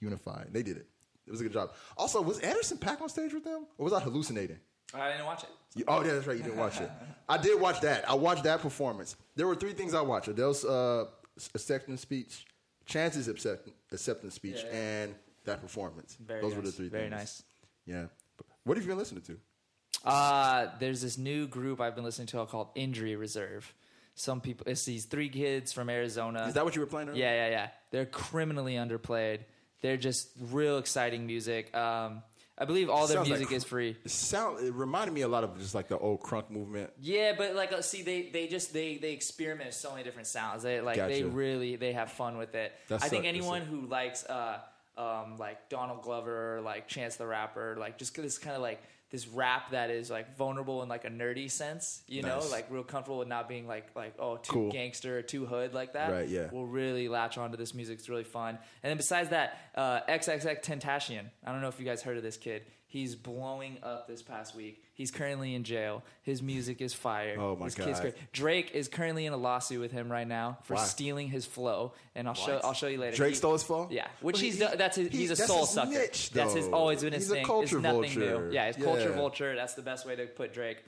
Speaker 1: unified. They did it. It was a good job. Also, was Anderson Pack on stage with them, or was I hallucinating?
Speaker 2: I didn't watch it.
Speaker 1: You- oh yeah, that's right. You didn't watch it. I did watch that. I watched that performance. There were three things I watched: Adele's uh, s- acceptance speech, Chance's accept- acceptance speech,
Speaker 2: Yeah, yeah.
Speaker 1: and that performance.
Speaker 2: Very
Speaker 1: Those were the
Speaker 2: nice.
Speaker 1: three.
Speaker 2: Very
Speaker 1: things.
Speaker 2: nice.
Speaker 1: Yeah. What have you been listening to?
Speaker 2: Uh, there's this new group I've been listening to called Injury Reserve. Some people, it's these three kids from Arizona.
Speaker 1: Is that what you were playing? Earlier?
Speaker 2: Yeah, yeah, yeah. They're criminally underplayed. They're just real exciting music. Um, I believe all their
Speaker 1: Sounds like
Speaker 2: music
Speaker 1: cr-
Speaker 2: is free.
Speaker 1: It sound. It reminded me a lot of just like the old crunk movement.
Speaker 2: Yeah, but like, uh, see, they they just they they experiment with so many different sounds. They like they
Speaker 1: Gotcha.
Speaker 2: really they have fun with it.
Speaker 1: That's
Speaker 2: I think
Speaker 1: it, that's
Speaker 2: anyone
Speaker 1: it.
Speaker 2: who likes uh um like Donald Glover, or, like Chance the Rapper, like just this kind of like this rap that is like vulnerable in like a nerdy sense, you know,
Speaker 1: Nice.
Speaker 2: like real comfortable with not being like like oh too
Speaker 1: Cool.
Speaker 2: gangster or too hood like that.
Speaker 1: Right, yeah.
Speaker 2: will really latch onto this music. It's really fun. And then besides that, uh, XXX Tentacion. I don't know if you guys heard of this kid. He's blowing up this past week. He's currently in jail. His music is fire.
Speaker 1: Oh, my
Speaker 2: This kid's
Speaker 1: God.
Speaker 2: cra- Drake is currently in a lawsuit with him right now for
Speaker 1: Why?
Speaker 2: stealing his flow, and I'll show
Speaker 3: What?
Speaker 2: I'll show you later.
Speaker 1: Drake
Speaker 2: He-
Speaker 1: stole his flow?
Speaker 2: Yeah, which
Speaker 1: Well,
Speaker 2: he's
Speaker 1: he-
Speaker 2: do- that's his,
Speaker 1: he-
Speaker 2: he's a
Speaker 1: that's
Speaker 2: soul
Speaker 1: his
Speaker 2: sucker.
Speaker 1: niche,
Speaker 2: that's his
Speaker 1: though.
Speaker 2: always been his
Speaker 1: He's a
Speaker 2: thing.
Speaker 1: culture
Speaker 2: it's nothing
Speaker 1: vulture.
Speaker 2: new. Yeah, he's culture
Speaker 1: Yeah.
Speaker 2: vulture. That's the best way to put Drake.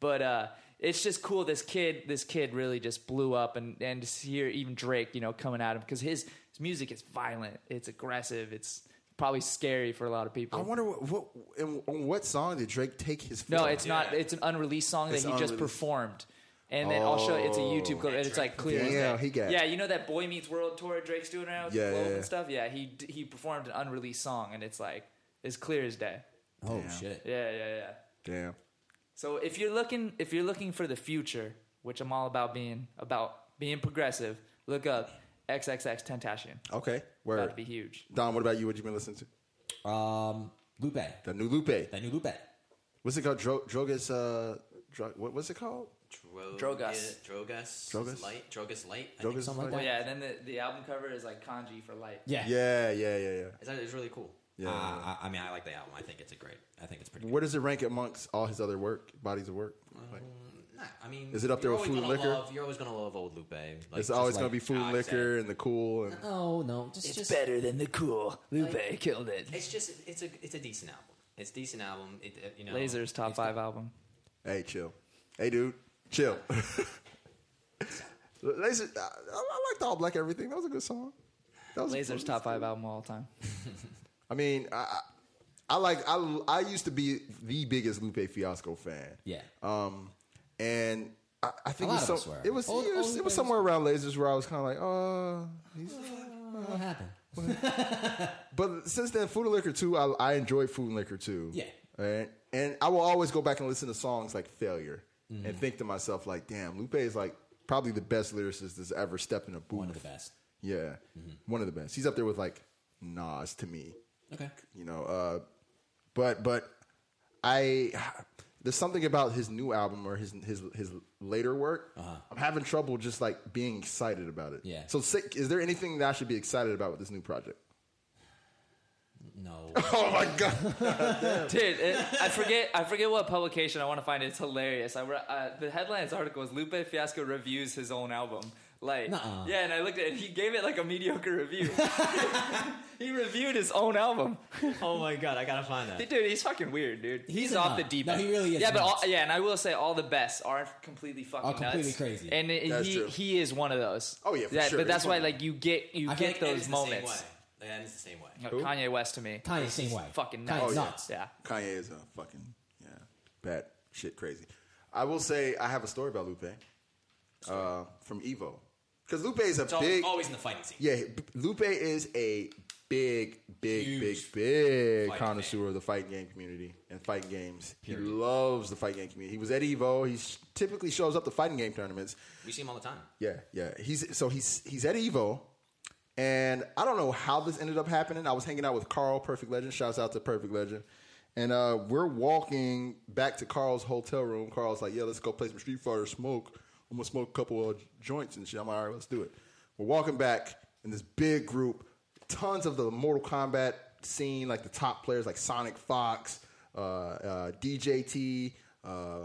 Speaker 2: But uh, it's just cool. This kid, this kid really just blew up, and and to hear even Drake, you know, coming at him because his his music is violent. It's aggressive. It's probably scary for a lot of people.
Speaker 1: I wonder what, what and on what song did Drake take his foot
Speaker 2: no,
Speaker 1: off?
Speaker 2: it's not. It's an unreleased song
Speaker 1: It's
Speaker 2: that he just
Speaker 1: unreleased.
Speaker 2: performed. And then I'll show it's a YouTube clip, and it's like clear. as
Speaker 1: Damn,
Speaker 2: day.
Speaker 1: he got-
Speaker 2: yeah, you know that Boy Meets World tour Drake's doing right now, with
Speaker 1: Yeah,
Speaker 2: the globe
Speaker 1: yeah, yeah.
Speaker 2: and stuff. Yeah, he d- he performed an unreleased song, and it's like it's clear as day.
Speaker 3: Oh shit!
Speaker 2: Yeah, yeah, yeah.
Speaker 1: Damn.
Speaker 2: So if you're looking if you're looking for the future, which I'm all about being about being progressive, look up XXX Tentacion.
Speaker 1: Okay.
Speaker 2: About to
Speaker 1: Word.
Speaker 2: be huge.
Speaker 1: Don, what about you? What you been listening to?
Speaker 3: Um, Lupe, that
Speaker 1: The new Lupe.
Speaker 3: new Lupe.
Speaker 1: What's it called? Dro- Drogas. Uh, drug. What, what's it called?
Speaker 2: Drogas.
Speaker 7: Drogas.
Speaker 1: Drogas?
Speaker 7: Light. Drogas Light. I
Speaker 1: Drogas.
Speaker 7: Drogas.
Speaker 1: is
Speaker 3: something like
Speaker 1: like-
Speaker 2: Yeah, then the, the album cover is like kanji for light.
Speaker 3: Yeah,
Speaker 1: Yeah, yeah, yeah, yeah.
Speaker 7: It's, it's really cool.
Speaker 1: Yeah.
Speaker 7: Uh, I, I mean, I like the album. I think it's a great. I think it's pretty. Good.
Speaker 1: Where does it rank amongst all his other work bodies of work? Like,
Speaker 7: Nah, I mean,
Speaker 1: Is it up there
Speaker 7: you're
Speaker 1: with
Speaker 7: always
Speaker 1: Food and
Speaker 7: gonna
Speaker 1: Liquor?
Speaker 7: Love, you're always gonna love old Lupe. Like,
Speaker 1: it's
Speaker 7: just
Speaker 1: always
Speaker 7: like
Speaker 1: gonna be food and
Speaker 7: Alex said.
Speaker 1: liquor and the cool and
Speaker 3: No, no, just just
Speaker 2: better than the cool. Lupe killed it.
Speaker 7: It's just it's a it's a decent album. It's a decent album. It, uh, you know,
Speaker 2: Lasers top
Speaker 7: it's
Speaker 2: five album.
Speaker 1: hey, chill. Hey, dude, chill. Laser, I, I liked all black everything. That was a good song. That was
Speaker 2: Lasers top five album of all time.
Speaker 1: I mean, I, I I like I I used to be the biggest Lupe Fiasco fan.
Speaker 3: Yeah.
Speaker 1: Um, and I, I think
Speaker 3: A
Speaker 1: it
Speaker 3: lot
Speaker 1: was,
Speaker 3: of us
Speaker 1: some-
Speaker 3: were.
Speaker 1: it was,
Speaker 3: Old-
Speaker 1: it was,
Speaker 3: old
Speaker 1: it
Speaker 3: Lupe's-
Speaker 1: was somewhere around Lasers where I was kind of like, oh, he's
Speaker 3: what happened?
Speaker 1: But since then, Food and Liquor too, I, I enjoy Food and Liquor too.
Speaker 3: Yeah.
Speaker 1: And, and I will always go back and listen to songs like Failure
Speaker 3: Mm-hmm.
Speaker 1: and think to myself, like, damn, Lupe is like probably the best lyricist that's ever stepped in a booth.
Speaker 3: One of the best. Mm-hmm.
Speaker 1: Yeah. One of the best. He's up there with like Nas to me,
Speaker 3: Okay.
Speaker 1: you know. Uh, but, but I, there's something about his new album or his, his, his later work. I'm having trouble just like being excited about it.
Speaker 3: Yeah.
Speaker 1: So, sick, is there anything that I should be excited about with this new project?
Speaker 3: No.
Speaker 1: Oh my God.
Speaker 2: Dude, it, I forget I forget what publication I want to find. It's hilarious. I, re- uh, the headline of this article is Lupe Fiasco reviews his own album. Like,
Speaker 3: Nuh-uh.
Speaker 2: yeah, and I looked at it. and He gave it like a mediocre review. he reviewed his own album.
Speaker 7: Oh my god, I gotta find that.
Speaker 2: Dude, he's fucking weird, dude. He's,
Speaker 3: a
Speaker 2: off
Speaker 3: nut.
Speaker 2: the deep
Speaker 3: No,
Speaker 2: end.
Speaker 3: he really is
Speaker 2: Yeah, but all,
Speaker 3: nuts.
Speaker 2: yeah, and I will say all the best are completely fucking
Speaker 3: Are completely
Speaker 2: nuts.
Speaker 3: crazy.
Speaker 2: And it-
Speaker 1: That's
Speaker 2: he
Speaker 1: true.
Speaker 2: he is one of those.
Speaker 1: Oh, yeah, for
Speaker 2: That-
Speaker 1: sure.
Speaker 2: But that's
Speaker 1: He's
Speaker 2: why
Speaker 1: one of
Speaker 2: like you get you
Speaker 3: I feel
Speaker 2: get
Speaker 3: like
Speaker 2: those moments.
Speaker 7: The same way. That ends the same way.
Speaker 2: You know, Kanye West to me,
Speaker 3: Kanye, same way. Kanye,
Speaker 2: fucking nuts.
Speaker 1: Oh, yeah.
Speaker 3: nuts.
Speaker 2: Yeah.
Speaker 1: Kanye is a fucking yeah, bad shit crazy. I will say I have a story about Lupe uh, from Evo because Lupe is a
Speaker 7: It's al-
Speaker 1: big
Speaker 3: Oh,
Speaker 7: always in the fighting scene.
Speaker 1: yeah. B- Lupe is a big, big,
Speaker 3: Huge
Speaker 1: big, big
Speaker 7: fighting
Speaker 1: connoisseur of the fight game community and fighting games. He loves the fight game community. He was at Evo. He sh- typically shows up to fighting game tournaments.
Speaker 7: We see him all the time.
Speaker 1: Yeah, yeah. He's so he's he's at Evo, and I don't know how this ended up happening. I was hanging out with Carl, Perfect Legend. Shouts out to Perfect Legend. And uh, we're walking back to Carl's hotel room. Carl's like, "Yeah, let's go play some Street Fighter, smoke. I'm gonna smoke a couple of joints and shit." I'm like, "All right, let's do it." We're walking back in this big group, tons of the Mortal Kombat scene, like the top players, like Sonic Fox, uh, uh, DJT, uh,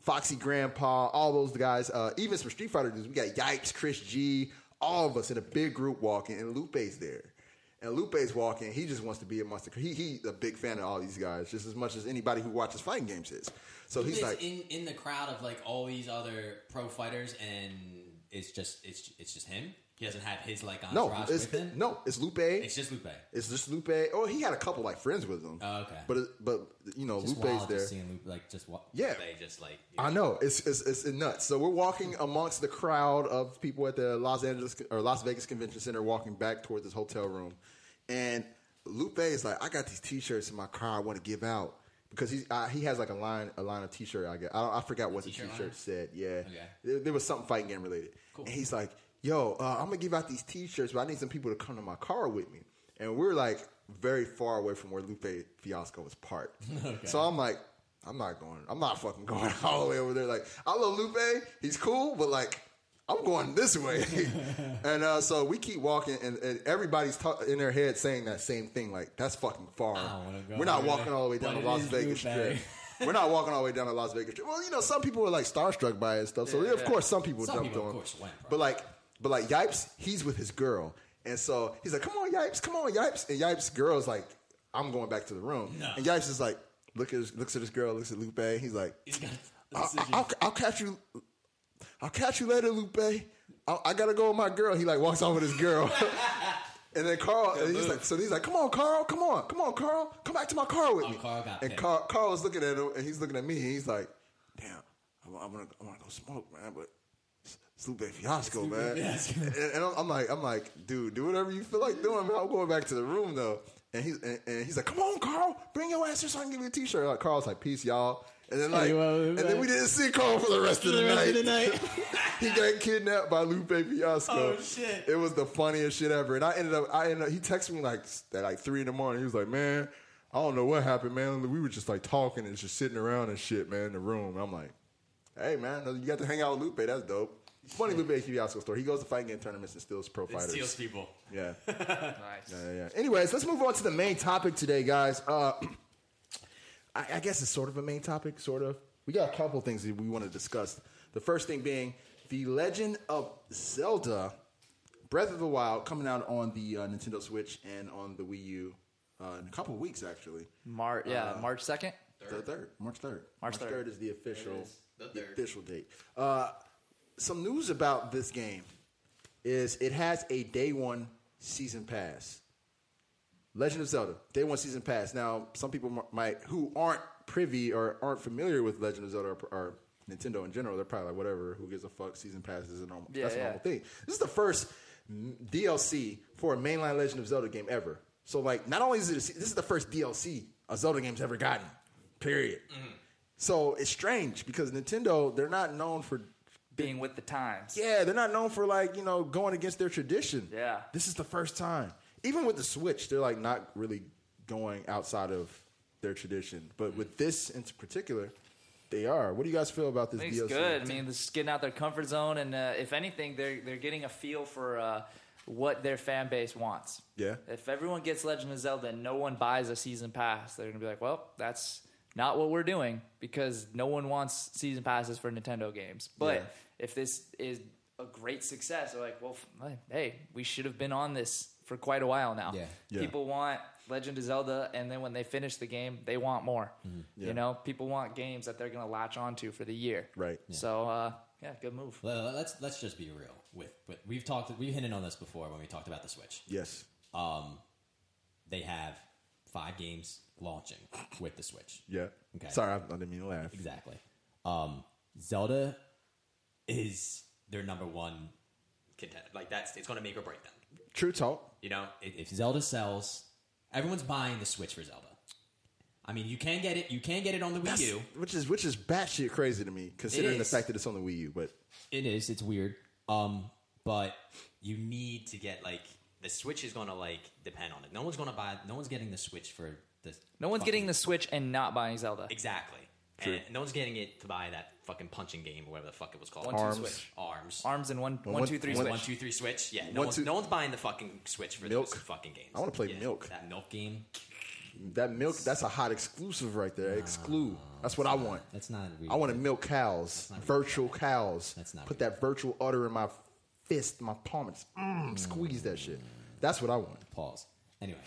Speaker 1: Foxy Grandpa, all those guys, uh, even some Street Fighter dudes. We got Yikes, Chris G, all of us in a big group walking, and Lupe's there. And Lupe's walking. He just wants to be amongst the. He he's a big fan of all these guys, just as much as anybody who watches fighting games is. So he's
Speaker 3: He's
Speaker 1: like,
Speaker 3: in in the crowd of like all these other pro fighters, and it's just it's it's just him. He doesn't have his like
Speaker 1: no,
Speaker 3: entourage
Speaker 1: it's
Speaker 3: with him.
Speaker 1: no, it's Lupe.
Speaker 3: it's just Lupe.
Speaker 1: It's just Lupe. Oh, he had a couple like friends with him.
Speaker 3: Oh, okay.
Speaker 1: But it- but you know,
Speaker 3: Just
Speaker 1: Lupe's
Speaker 3: wild
Speaker 1: there.
Speaker 3: Just seeing Lupe, like just wa-
Speaker 1: Yeah.
Speaker 7: They just like
Speaker 1: I know it's, it's it's nuts. So we're walking amongst the crowd of people at the Los Angeles or Las Vegas Convention Center, walking back towards this hotel room, and Lupe is like, "I got these T-shirts in my car. I want to give out because he uh, he has like a line a line of T-shirt. I get I, don't- I forgot what the
Speaker 3: T-shirt
Speaker 1: T-shirt
Speaker 3: line?
Speaker 1: said. Yeah,
Speaker 3: Okay.
Speaker 1: there, there was something fighting game related. And he's like, "Yo, uh, I'm gonna give out these T-shirts, but I need some people to come to my car with me." And we're like very far away from where Lupe Fiasco was parked. So I'm like, I'm not going. I'm not fucking going all the way over there. Like, I love Lupe. He's cool, but like, I'm going this way. and uh, so we keep walking, and, and everybody's ta- in their head saying that same thing. Like, that's fucking far.
Speaker 3: don't wanna go
Speaker 1: We're not
Speaker 3: over
Speaker 1: walking
Speaker 3: there.
Speaker 1: all the way down
Speaker 3: But
Speaker 1: to
Speaker 3: it
Speaker 1: Las
Speaker 3: is
Speaker 1: Vegas
Speaker 3: Lupe.
Speaker 1: Strip. We're not walking all the way down to Las Vegas Strip. Well, you know, some people are like starstruck by it and stuff. So of course, some people
Speaker 3: Some
Speaker 1: jumped
Speaker 3: people,
Speaker 1: on.
Speaker 3: of course, went, bro.
Speaker 1: but like, but like Yipes, he's with his girl, and so he's like, "Come on, Yipes, come on, Yipes," and Yipes' girl's like, "I'm going back to the room," and Yipes is like, "Look at his, looks at this girl, looks at Lupe." He's like,
Speaker 3: He's got a
Speaker 1: I,
Speaker 3: decision.
Speaker 1: will "I'll catch you, I'll catch you later, Lupe." I, I gotta go with my girl. He like walks off with his girl. And then Carl, and he's like, so he's like, come on, Carl, come on, come on, Carl, come back to my car with
Speaker 3: Oh,
Speaker 1: me.
Speaker 3: Carl got
Speaker 1: and
Speaker 3: pissed.
Speaker 1: Carl, Carl is looking at him, and he's looking at me, and he's like, damn, I want to, I want to go smoke, man, but it's- it's Lupe Fiasco, man. and, and I'm, I'm like, I'm like, dude, do whatever you feel like doing, man. I'm going back to the room though. And he's and, and he's like, come on, Carl, bring your ass here so I can give you a t-shirt. Like Carl's like, peace, y'all. And then like,
Speaker 8: Hey, well,
Speaker 1: and then we didn't see Carl for the rest of the,
Speaker 8: the
Speaker 1: night.
Speaker 8: rest of the night.
Speaker 1: he got kidnapped by Lupe Fiasco.
Speaker 8: Oh, shit.
Speaker 1: It was the funniest shit ever. And I ended up, I ended up. He texted me like s- at like three in the morning. He was like, "Man, I don't know what happened, man. We were just like talking and just sitting around and shit, man, in the room." And I'm like, "Hey, man, you got to hang out with Lupe. That's dope." Funny Lupe Fiasco story. He goes to fighting game tournaments and steals pro fighters.
Speaker 3: Steals people.
Speaker 1: Yeah.
Speaker 2: Nice.
Speaker 1: Yeah, yeah. Anyways, let's move on to the main topic today, guys. Uh, I, I guess it's sort of a main topic, sort of. We got a couple things that we want to discuss. The first thing being the Legend of Zelda: Breath of the Wild coming out on the uh, Nintendo Switch and on the Wii U uh, in a couple of weeks, actually.
Speaker 2: Mar- yeah, March second.
Speaker 1: The third, March third.
Speaker 2: March 3rd.
Speaker 1: is the official,
Speaker 3: The
Speaker 1: the
Speaker 3: third.
Speaker 1: official date. Uh, some news about this game is it has a day one season pass. Legend of Zelda day one season pass. Now, some people m- might who aren't privy or aren't familiar with Legend of Zelda or, or Nintendo in general, they're probably like, whatever. Who gives a fuck? Season pass is a normal.
Speaker 2: Yeah,
Speaker 1: that's a
Speaker 2: yeah.
Speaker 1: normal thing. This is the first m- DLC for a mainline Legend of Zelda game ever. So, like, not only is it a se- this is the first DLC a Zelda game's ever gotten. Period.
Speaker 2: Mm-hmm.
Speaker 1: So it's strange because Nintendo they're not known for
Speaker 2: Being with the times.
Speaker 1: yeah, they're not known for like, you know, going against their tradition.
Speaker 2: Yeah.
Speaker 1: This is the first time. Even with the Switch, they're like not really going outside of their tradition.
Speaker 2: Hmm.
Speaker 1: But with this in particular, they are. What do you guys feel about this
Speaker 2: I think
Speaker 1: DLC?
Speaker 2: it's good. I mean, this is getting out their comfort zone, and uh, if anything, they're they're getting a feel for uh, what their fan base wants.
Speaker 1: Yeah.
Speaker 2: If everyone gets Legend of Zelda and no one buys a season pass, they're gonna be like, well, that's not what we're doing because no one wants season passes for Nintendo games. But
Speaker 1: Yeah.
Speaker 2: if this is a great success, they're like, well, f- hey, we should have been on this for quite a while now.
Speaker 8: Yeah.
Speaker 1: Yeah.
Speaker 2: People want Legend of Zelda, and then when they finish the game, they want more.
Speaker 1: Mm-hmm. Yeah.
Speaker 2: You know, people want games that they're going to latch onto for the year.
Speaker 1: Right. Yeah.
Speaker 2: So, uh, yeah, good move.
Speaker 3: Well, Let's let's just be real with. But we've talked. We've hinted on this before when we talked about the Switch.
Speaker 1: Yes.
Speaker 3: They have five games launching with the Switch.
Speaker 1: Yeah.
Speaker 3: Okay.
Speaker 1: Sorry, I, I didn't mean to laugh.
Speaker 3: Exactly. Um, Zelda is their number one
Speaker 7: Contend- Like that's it's going to make or break them.
Speaker 1: True talk.
Speaker 7: You know,
Speaker 3: if, if Zelda sells, everyone's buying the Switch for Zelda. I mean, you can get it. You can get it on the Wii U.
Speaker 1: Which is which is batshit crazy to me, considering the
Speaker 3: is.
Speaker 1: fact that it's on the Wii U. But
Speaker 3: It is. It's weird.
Speaker 7: um, but you need to get like the Switch is going to like depend on it. No one's going to buy. No one's getting the Switch for the.
Speaker 2: No one's
Speaker 7: fucking-
Speaker 2: getting the Switch and not buying Zelda.
Speaker 7: exactly. And no one's getting it to buy that fucking punching game or whatever the fuck it was called.
Speaker 2: One, two, Arms. switch.
Speaker 7: Arms.
Speaker 2: Arms and one,
Speaker 1: one-
Speaker 2: one, two, three,
Speaker 1: one-
Speaker 2: Switch.
Speaker 7: One, two, three, switch. Yeah, no,
Speaker 1: One,
Speaker 7: one's,
Speaker 1: two-
Speaker 7: no one's buying the fucking switch for
Speaker 1: Milk.
Speaker 7: those fucking games.
Speaker 1: I wanna play
Speaker 7: Yeah,
Speaker 1: Milk.
Speaker 7: That milk.
Speaker 3: Milk game.
Speaker 1: that milk, that's a hot exclusive right there. Exclude. That's what I want.
Speaker 3: That's not. Weird.
Speaker 1: I want to milk cows, virtual cows.
Speaker 3: That's not
Speaker 1: Put
Speaker 3: good.
Speaker 1: that virtual udder in my fist, my palm, and s- mm, squeeze that shit. That's what I want.
Speaker 3: pause. Anyway,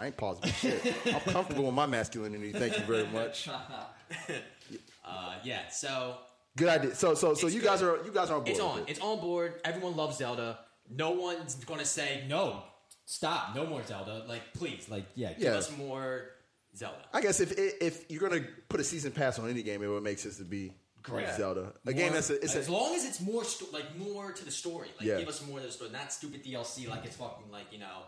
Speaker 1: I ain't pausing for shit. I'm comfortable with my masculinity. Thank you very much.
Speaker 3: uh, yeah. So
Speaker 1: Good idea. So, so, so
Speaker 7: It's
Speaker 1: you guys
Speaker 7: good.
Speaker 1: are you guys are on board.
Speaker 7: It's on.
Speaker 1: with it.
Speaker 7: It's on board. Everyone loves Zelda.
Speaker 3: no one's gonna say no. Stop. No more Zelda. Like, please. Like, yeah. give
Speaker 1: Yeah.
Speaker 3: us-
Speaker 7: It's more Zelda.
Speaker 1: I guess if if- if you're gonna put a season pass on any game, it would make sense to be
Speaker 3: Great.
Speaker 1: Zelda. A game that's a, it's
Speaker 7: as
Speaker 1: a,
Speaker 7: long as it's more sto- like more to the story. Like
Speaker 1: Yeah.
Speaker 7: give us more of the story, not stupid DLC like it's fucking like you know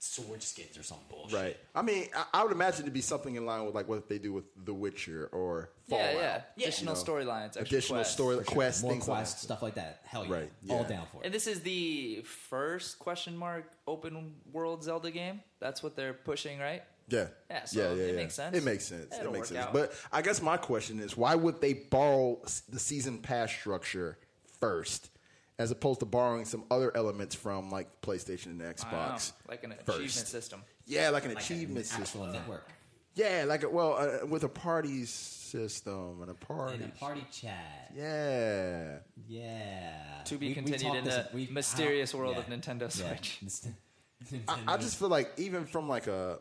Speaker 7: sword skins or some bullshit.
Speaker 1: right. I mean, I, I would imagine it'd be something in line with like what they do with The Witcher or Fallout.
Speaker 2: yeah, yeah.
Speaker 7: Yeah.
Speaker 2: Additional
Speaker 1: You know,
Speaker 2: storylines. extra
Speaker 1: Additional
Speaker 2: quests.
Speaker 1: story quests,
Speaker 3: more
Speaker 1: things like
Speaker 3: quests, stuff like that. Hell yeah.
Speaker 1: Right,
Speaker 3: All
Speaker 1: yeah.
Speaker 3: down for
Speaker 2: And
Speaker 3: it.
Speaker 2: this is the first question mark open world Zelda game. That's what they're pushing, right?
Speaker 1: Yeah.
Speaker 2: Yeah, so it makes sense.
Speaker 1: It makes sense.
Speaker 2: It'll
Speaker 1: it makes
Speaker 2: work
Speaker 1: sense.
Speaker 2: out.
Speaker 1: But I guess my question is why would they borrow s- the season pass structure first as opposed to borrowing some other elements from like PlayStation and
Speaker 2: I don't know,
Speaker 1: Xbox?
Speaker 2: like an
Speaker 1: first.
Speaker 2: achievement system.
Speaker 1: Yeah, like an achievement
Speaker 3: Actual
Speaker 1: system.
Speaker 3: network
Speaker 1: Yeah, like a, well, uh, with a party system and a party.
Speaker 3: and a party chat.
Speaker 1: Yeah.
Speaker 3: Yeah.
Speaker 2: To be continued
Speaker 3: talked
Speaker 2: in
Speaker 3: this-
Speaker 2: the
Speaker 3: we-
Speaker 2: mysterious
Speaker 3: how-
Speaker 2: world of Nintendo Switch.
Speaker 1: I, I just feel like even from like a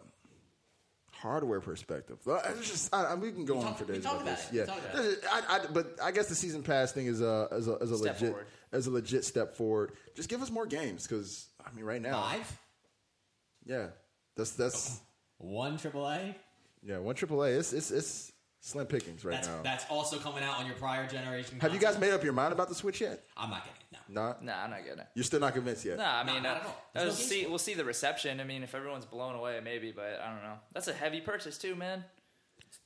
Speaker 1: hardware perspective, I it's just I, I, we can go on
Speaker 7: talked-
Speaker 1: for
Speaker 7: we
Speaker 1: days
Speaker 7: talked
Speaker 1: about
Speaker 7: about
Speaker 1: this.
Speaker 7: it. We
Speaker 1: Yeah,
Speaker 7: talked about
Speaker 1: This is- I, I, but I guess the season pass thing is a is a, is a
Speaker 2: Step
Speaker 1: legit
Speaker 2: forward.
Speaker 1: is a legit step forward. Just give us more games because I mean, right now,
Speaker 3: Five?
Speaker 1: yeah, that's that's
Speaker 3: One AAA?
Speaker 1: yeah, one AAA. It's it's it's slim pickings right
Speaker 3: That's,
Speaker 1: now.
Speaker 3: that's also coming out on your prior generation.
Speaker 1: Have you
Speaker 3: console.
Speaker 1: guys made up your mind about the Switch yet?
Speaker 3: I'm not getting it. No.
Speaker 1: Not.
Speaker 2: Nah, I'm not getting it.
Speaker 1: You're still not convinced yet.
Speaker 2: No, I
Speaker 3: Nah,
Speaker 2: mean,
Speaker 3: not
Speaker 2: uh,
Speaker 3: at all. There's
Speaker 2: we'll
Speaker 3: no games
Speaker 2: see.
Speaker 3: for it.
Speaker 2: We'll see the reception. I mean, if everyone's blown away, maybe, but I don't know. That's a heavy purchase too, man.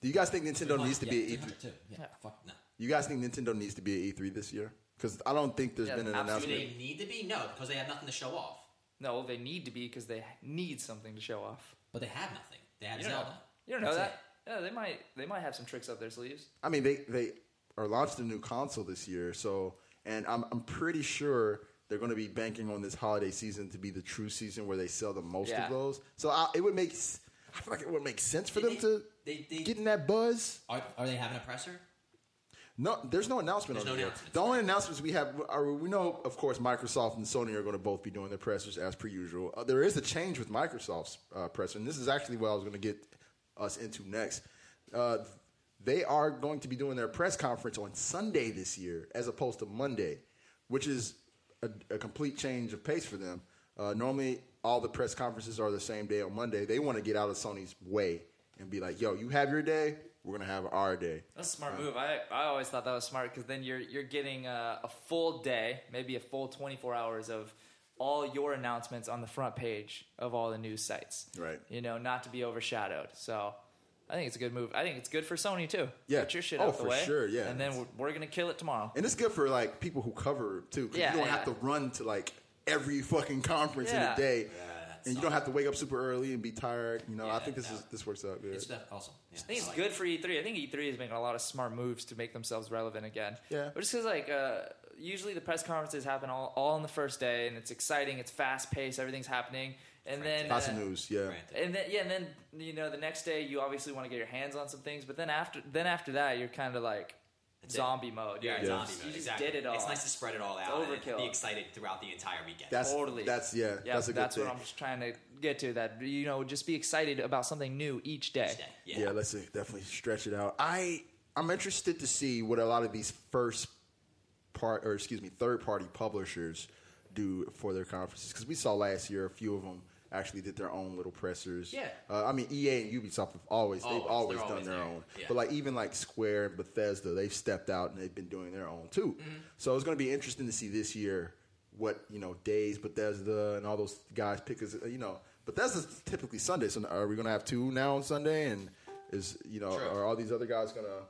Speaker 1: Do you guys think Nintendo needs to
Speaker 3: yeah,
Speaker 1: be at E3?
Speaker 3: 200 too. Yeah, Fuck no.
Speaker 1: You guys think Nintendo needs to be at E3 this year? Because I don't think there's
Speaker 2: Yeah,
Speaker 1: been an
Speaker 2: absolutely.
Speaker 3: Do
Speaker 1: announcement.
Speaker 3: they need to be? No, because they have nothing to show off.
Speaker 2: No, they need to be because they need something to show off.
Speaker 3: But they have nothing. They have
Speaker 2: You don't know.
Speaker 3: Zelda.
Speaker 2: You don't know
Speaker 3: That's
Speaker 2: that. Yeah, they might. They might have some tricks up their sleeves.
Speaker 1: I mean, they they are launched a new console this year, so and I'm I'm pretty sure they're going to be banking on this holiday season to be the true season where they sell the most
Speaker 2: Yeah.
Speaker 1: of those. So I, it would make s- I feel like it would make sense for
Speaker 3: Did
Speaker 1: them
Speaker 3: they-
Speaker 1: to
Speaker 3: they- they-
Speaker 1: get in that buzz.
Speaker 3: Are, are they having a presser?
Speaker 1: No, there's no announcement
Speaker 3: There's
Speaker 1: on
Speaker 3: no
Speaker 1: it yet.
Speaker 3: announcement.
Speaker 1: The only announcements we have are we know, of course, Microsoft and Sony are going to both be doing their pressers as per usual. Uh, there is a change with Microsoft's uh, presser, and this is actually what I was going to get us into next. Uh, they are going to be doing their press conference on Sunday this year, as opposed to Monday, which is a, a complete change of pace for them. Uh, normally, all the press conferences are the same day on Monday. They want to get out of Sony's way and be like, "Yo, you have your day. We're going to have our day."
Speaker 2: That's a smart move. I, I always thought that was smart because then you're you're getting a, a full day, maybe a full 24 hours of all your announcements on the front page of all the news sites.
Speaker 1: Right.
Speaker 2: You know, not to be overshadowed. So I think it's a good move. I think it's good for Sony too.
Speaker 1: Yeah.
Speaker 2: Get your shit
Speaker 1: Oh,
Speaker 2: out the
Speaker 1: for
Speaker 2: way.
Speaker 1: sure, yeah.
Speaker 2: And then we're, we're gonna kill it tomorrow.
Speaker 1: And it's good for like people who cover too. 'cause
Speaker 2: Yeah,
Speaker 1: you don't
Speaker 2: yeah.
Speaker 1: have to run to like every fucking conference in
Speaker 2: Yeah.
Speaker 1: a day,
Speaker 3: that's
Speaker 1: and you don't have to wake up super early and be tired. You know, I
Speaker 3: Yeah,
Speaker 1: think this
Speaker 3: no.
Speaker 1: is this works out good.
Speaker 3: It's def- awesome. Yeah,
Speaker 2: I think it's
Speaker 3: like
Speaker 2: good for E3. I think E E3 is making a lot of smart moves to make themselves relevant again.
Speaker 1: Yeah.
Speaker 2: But just because, like, uh, usually the press conferences happen all, all on the first day, and it's exciting, it's fast paced, everything's happening. And then.
Speaker 1: Lots of
Speaker 2: uh,
Speaker 1: news, yeah.
Speaker 3: Granted.
Speaker 2: And then, yeah, and then, you know, the next day, you obviously want to get your hands on some things, but then after then after that, you're kind of like
Speaker 3: it.
Speaker 2: zombie mode.
Speaker 3: Yeah,
Speaker 2: You're
Speaker 3: it's
Speaker 2: just-
Speaker 3: zombie
Speaker 2: You
Speaker 3: mode,
Speaker 2: just
Speaker 3: exactly.
Speaker 2: did it all.
Speaker 3: It's nice to spread it all out
Speaker 2: overkill.
Speaker 3: and be excited throughout the entire weekend.
Speaker 1: That's
Speaker 2: Totally.
Speaker 1: That's yeah.
Speaker 2: yeah,
Speaker 1: that's a good
Speaker 2: that's
Speaker 1: thing.
Speaker 2: what I'm just trying to get to. That you know, just be excited about something new each day.
Speaker 3: Each day.
Speaker 1: yeah. let's uh, definitely stretch it out. I I'm interested to see what a lot of these first part or excuse me third party publishers do for their conferences because we saw last year a few of them actually did their own little pressers.
Speaker 3: Yeah.
Speaker 1: uh, I mean EA and Ubisoft have always they've
Speaker 3: Always,
Speaker 1: always
Speaker 3: they're
Speaker 1: done
Speaker 3: always
Speaker 1: their
Speaker 3: there.
Speaker 1: own,
Speaker 3: Yeah.
Speaker 1: but like even like Square and Bethesda they've stepped out and they've been doing their own too. So it's going to be interesting to see this year what you know days Bethesda and all those guys pick as you know. Bethesda's typically Sunday, so are we going to have two now on Sunday? And is you know
Speaker 3: True.
Speaker 1: are all these other guys going to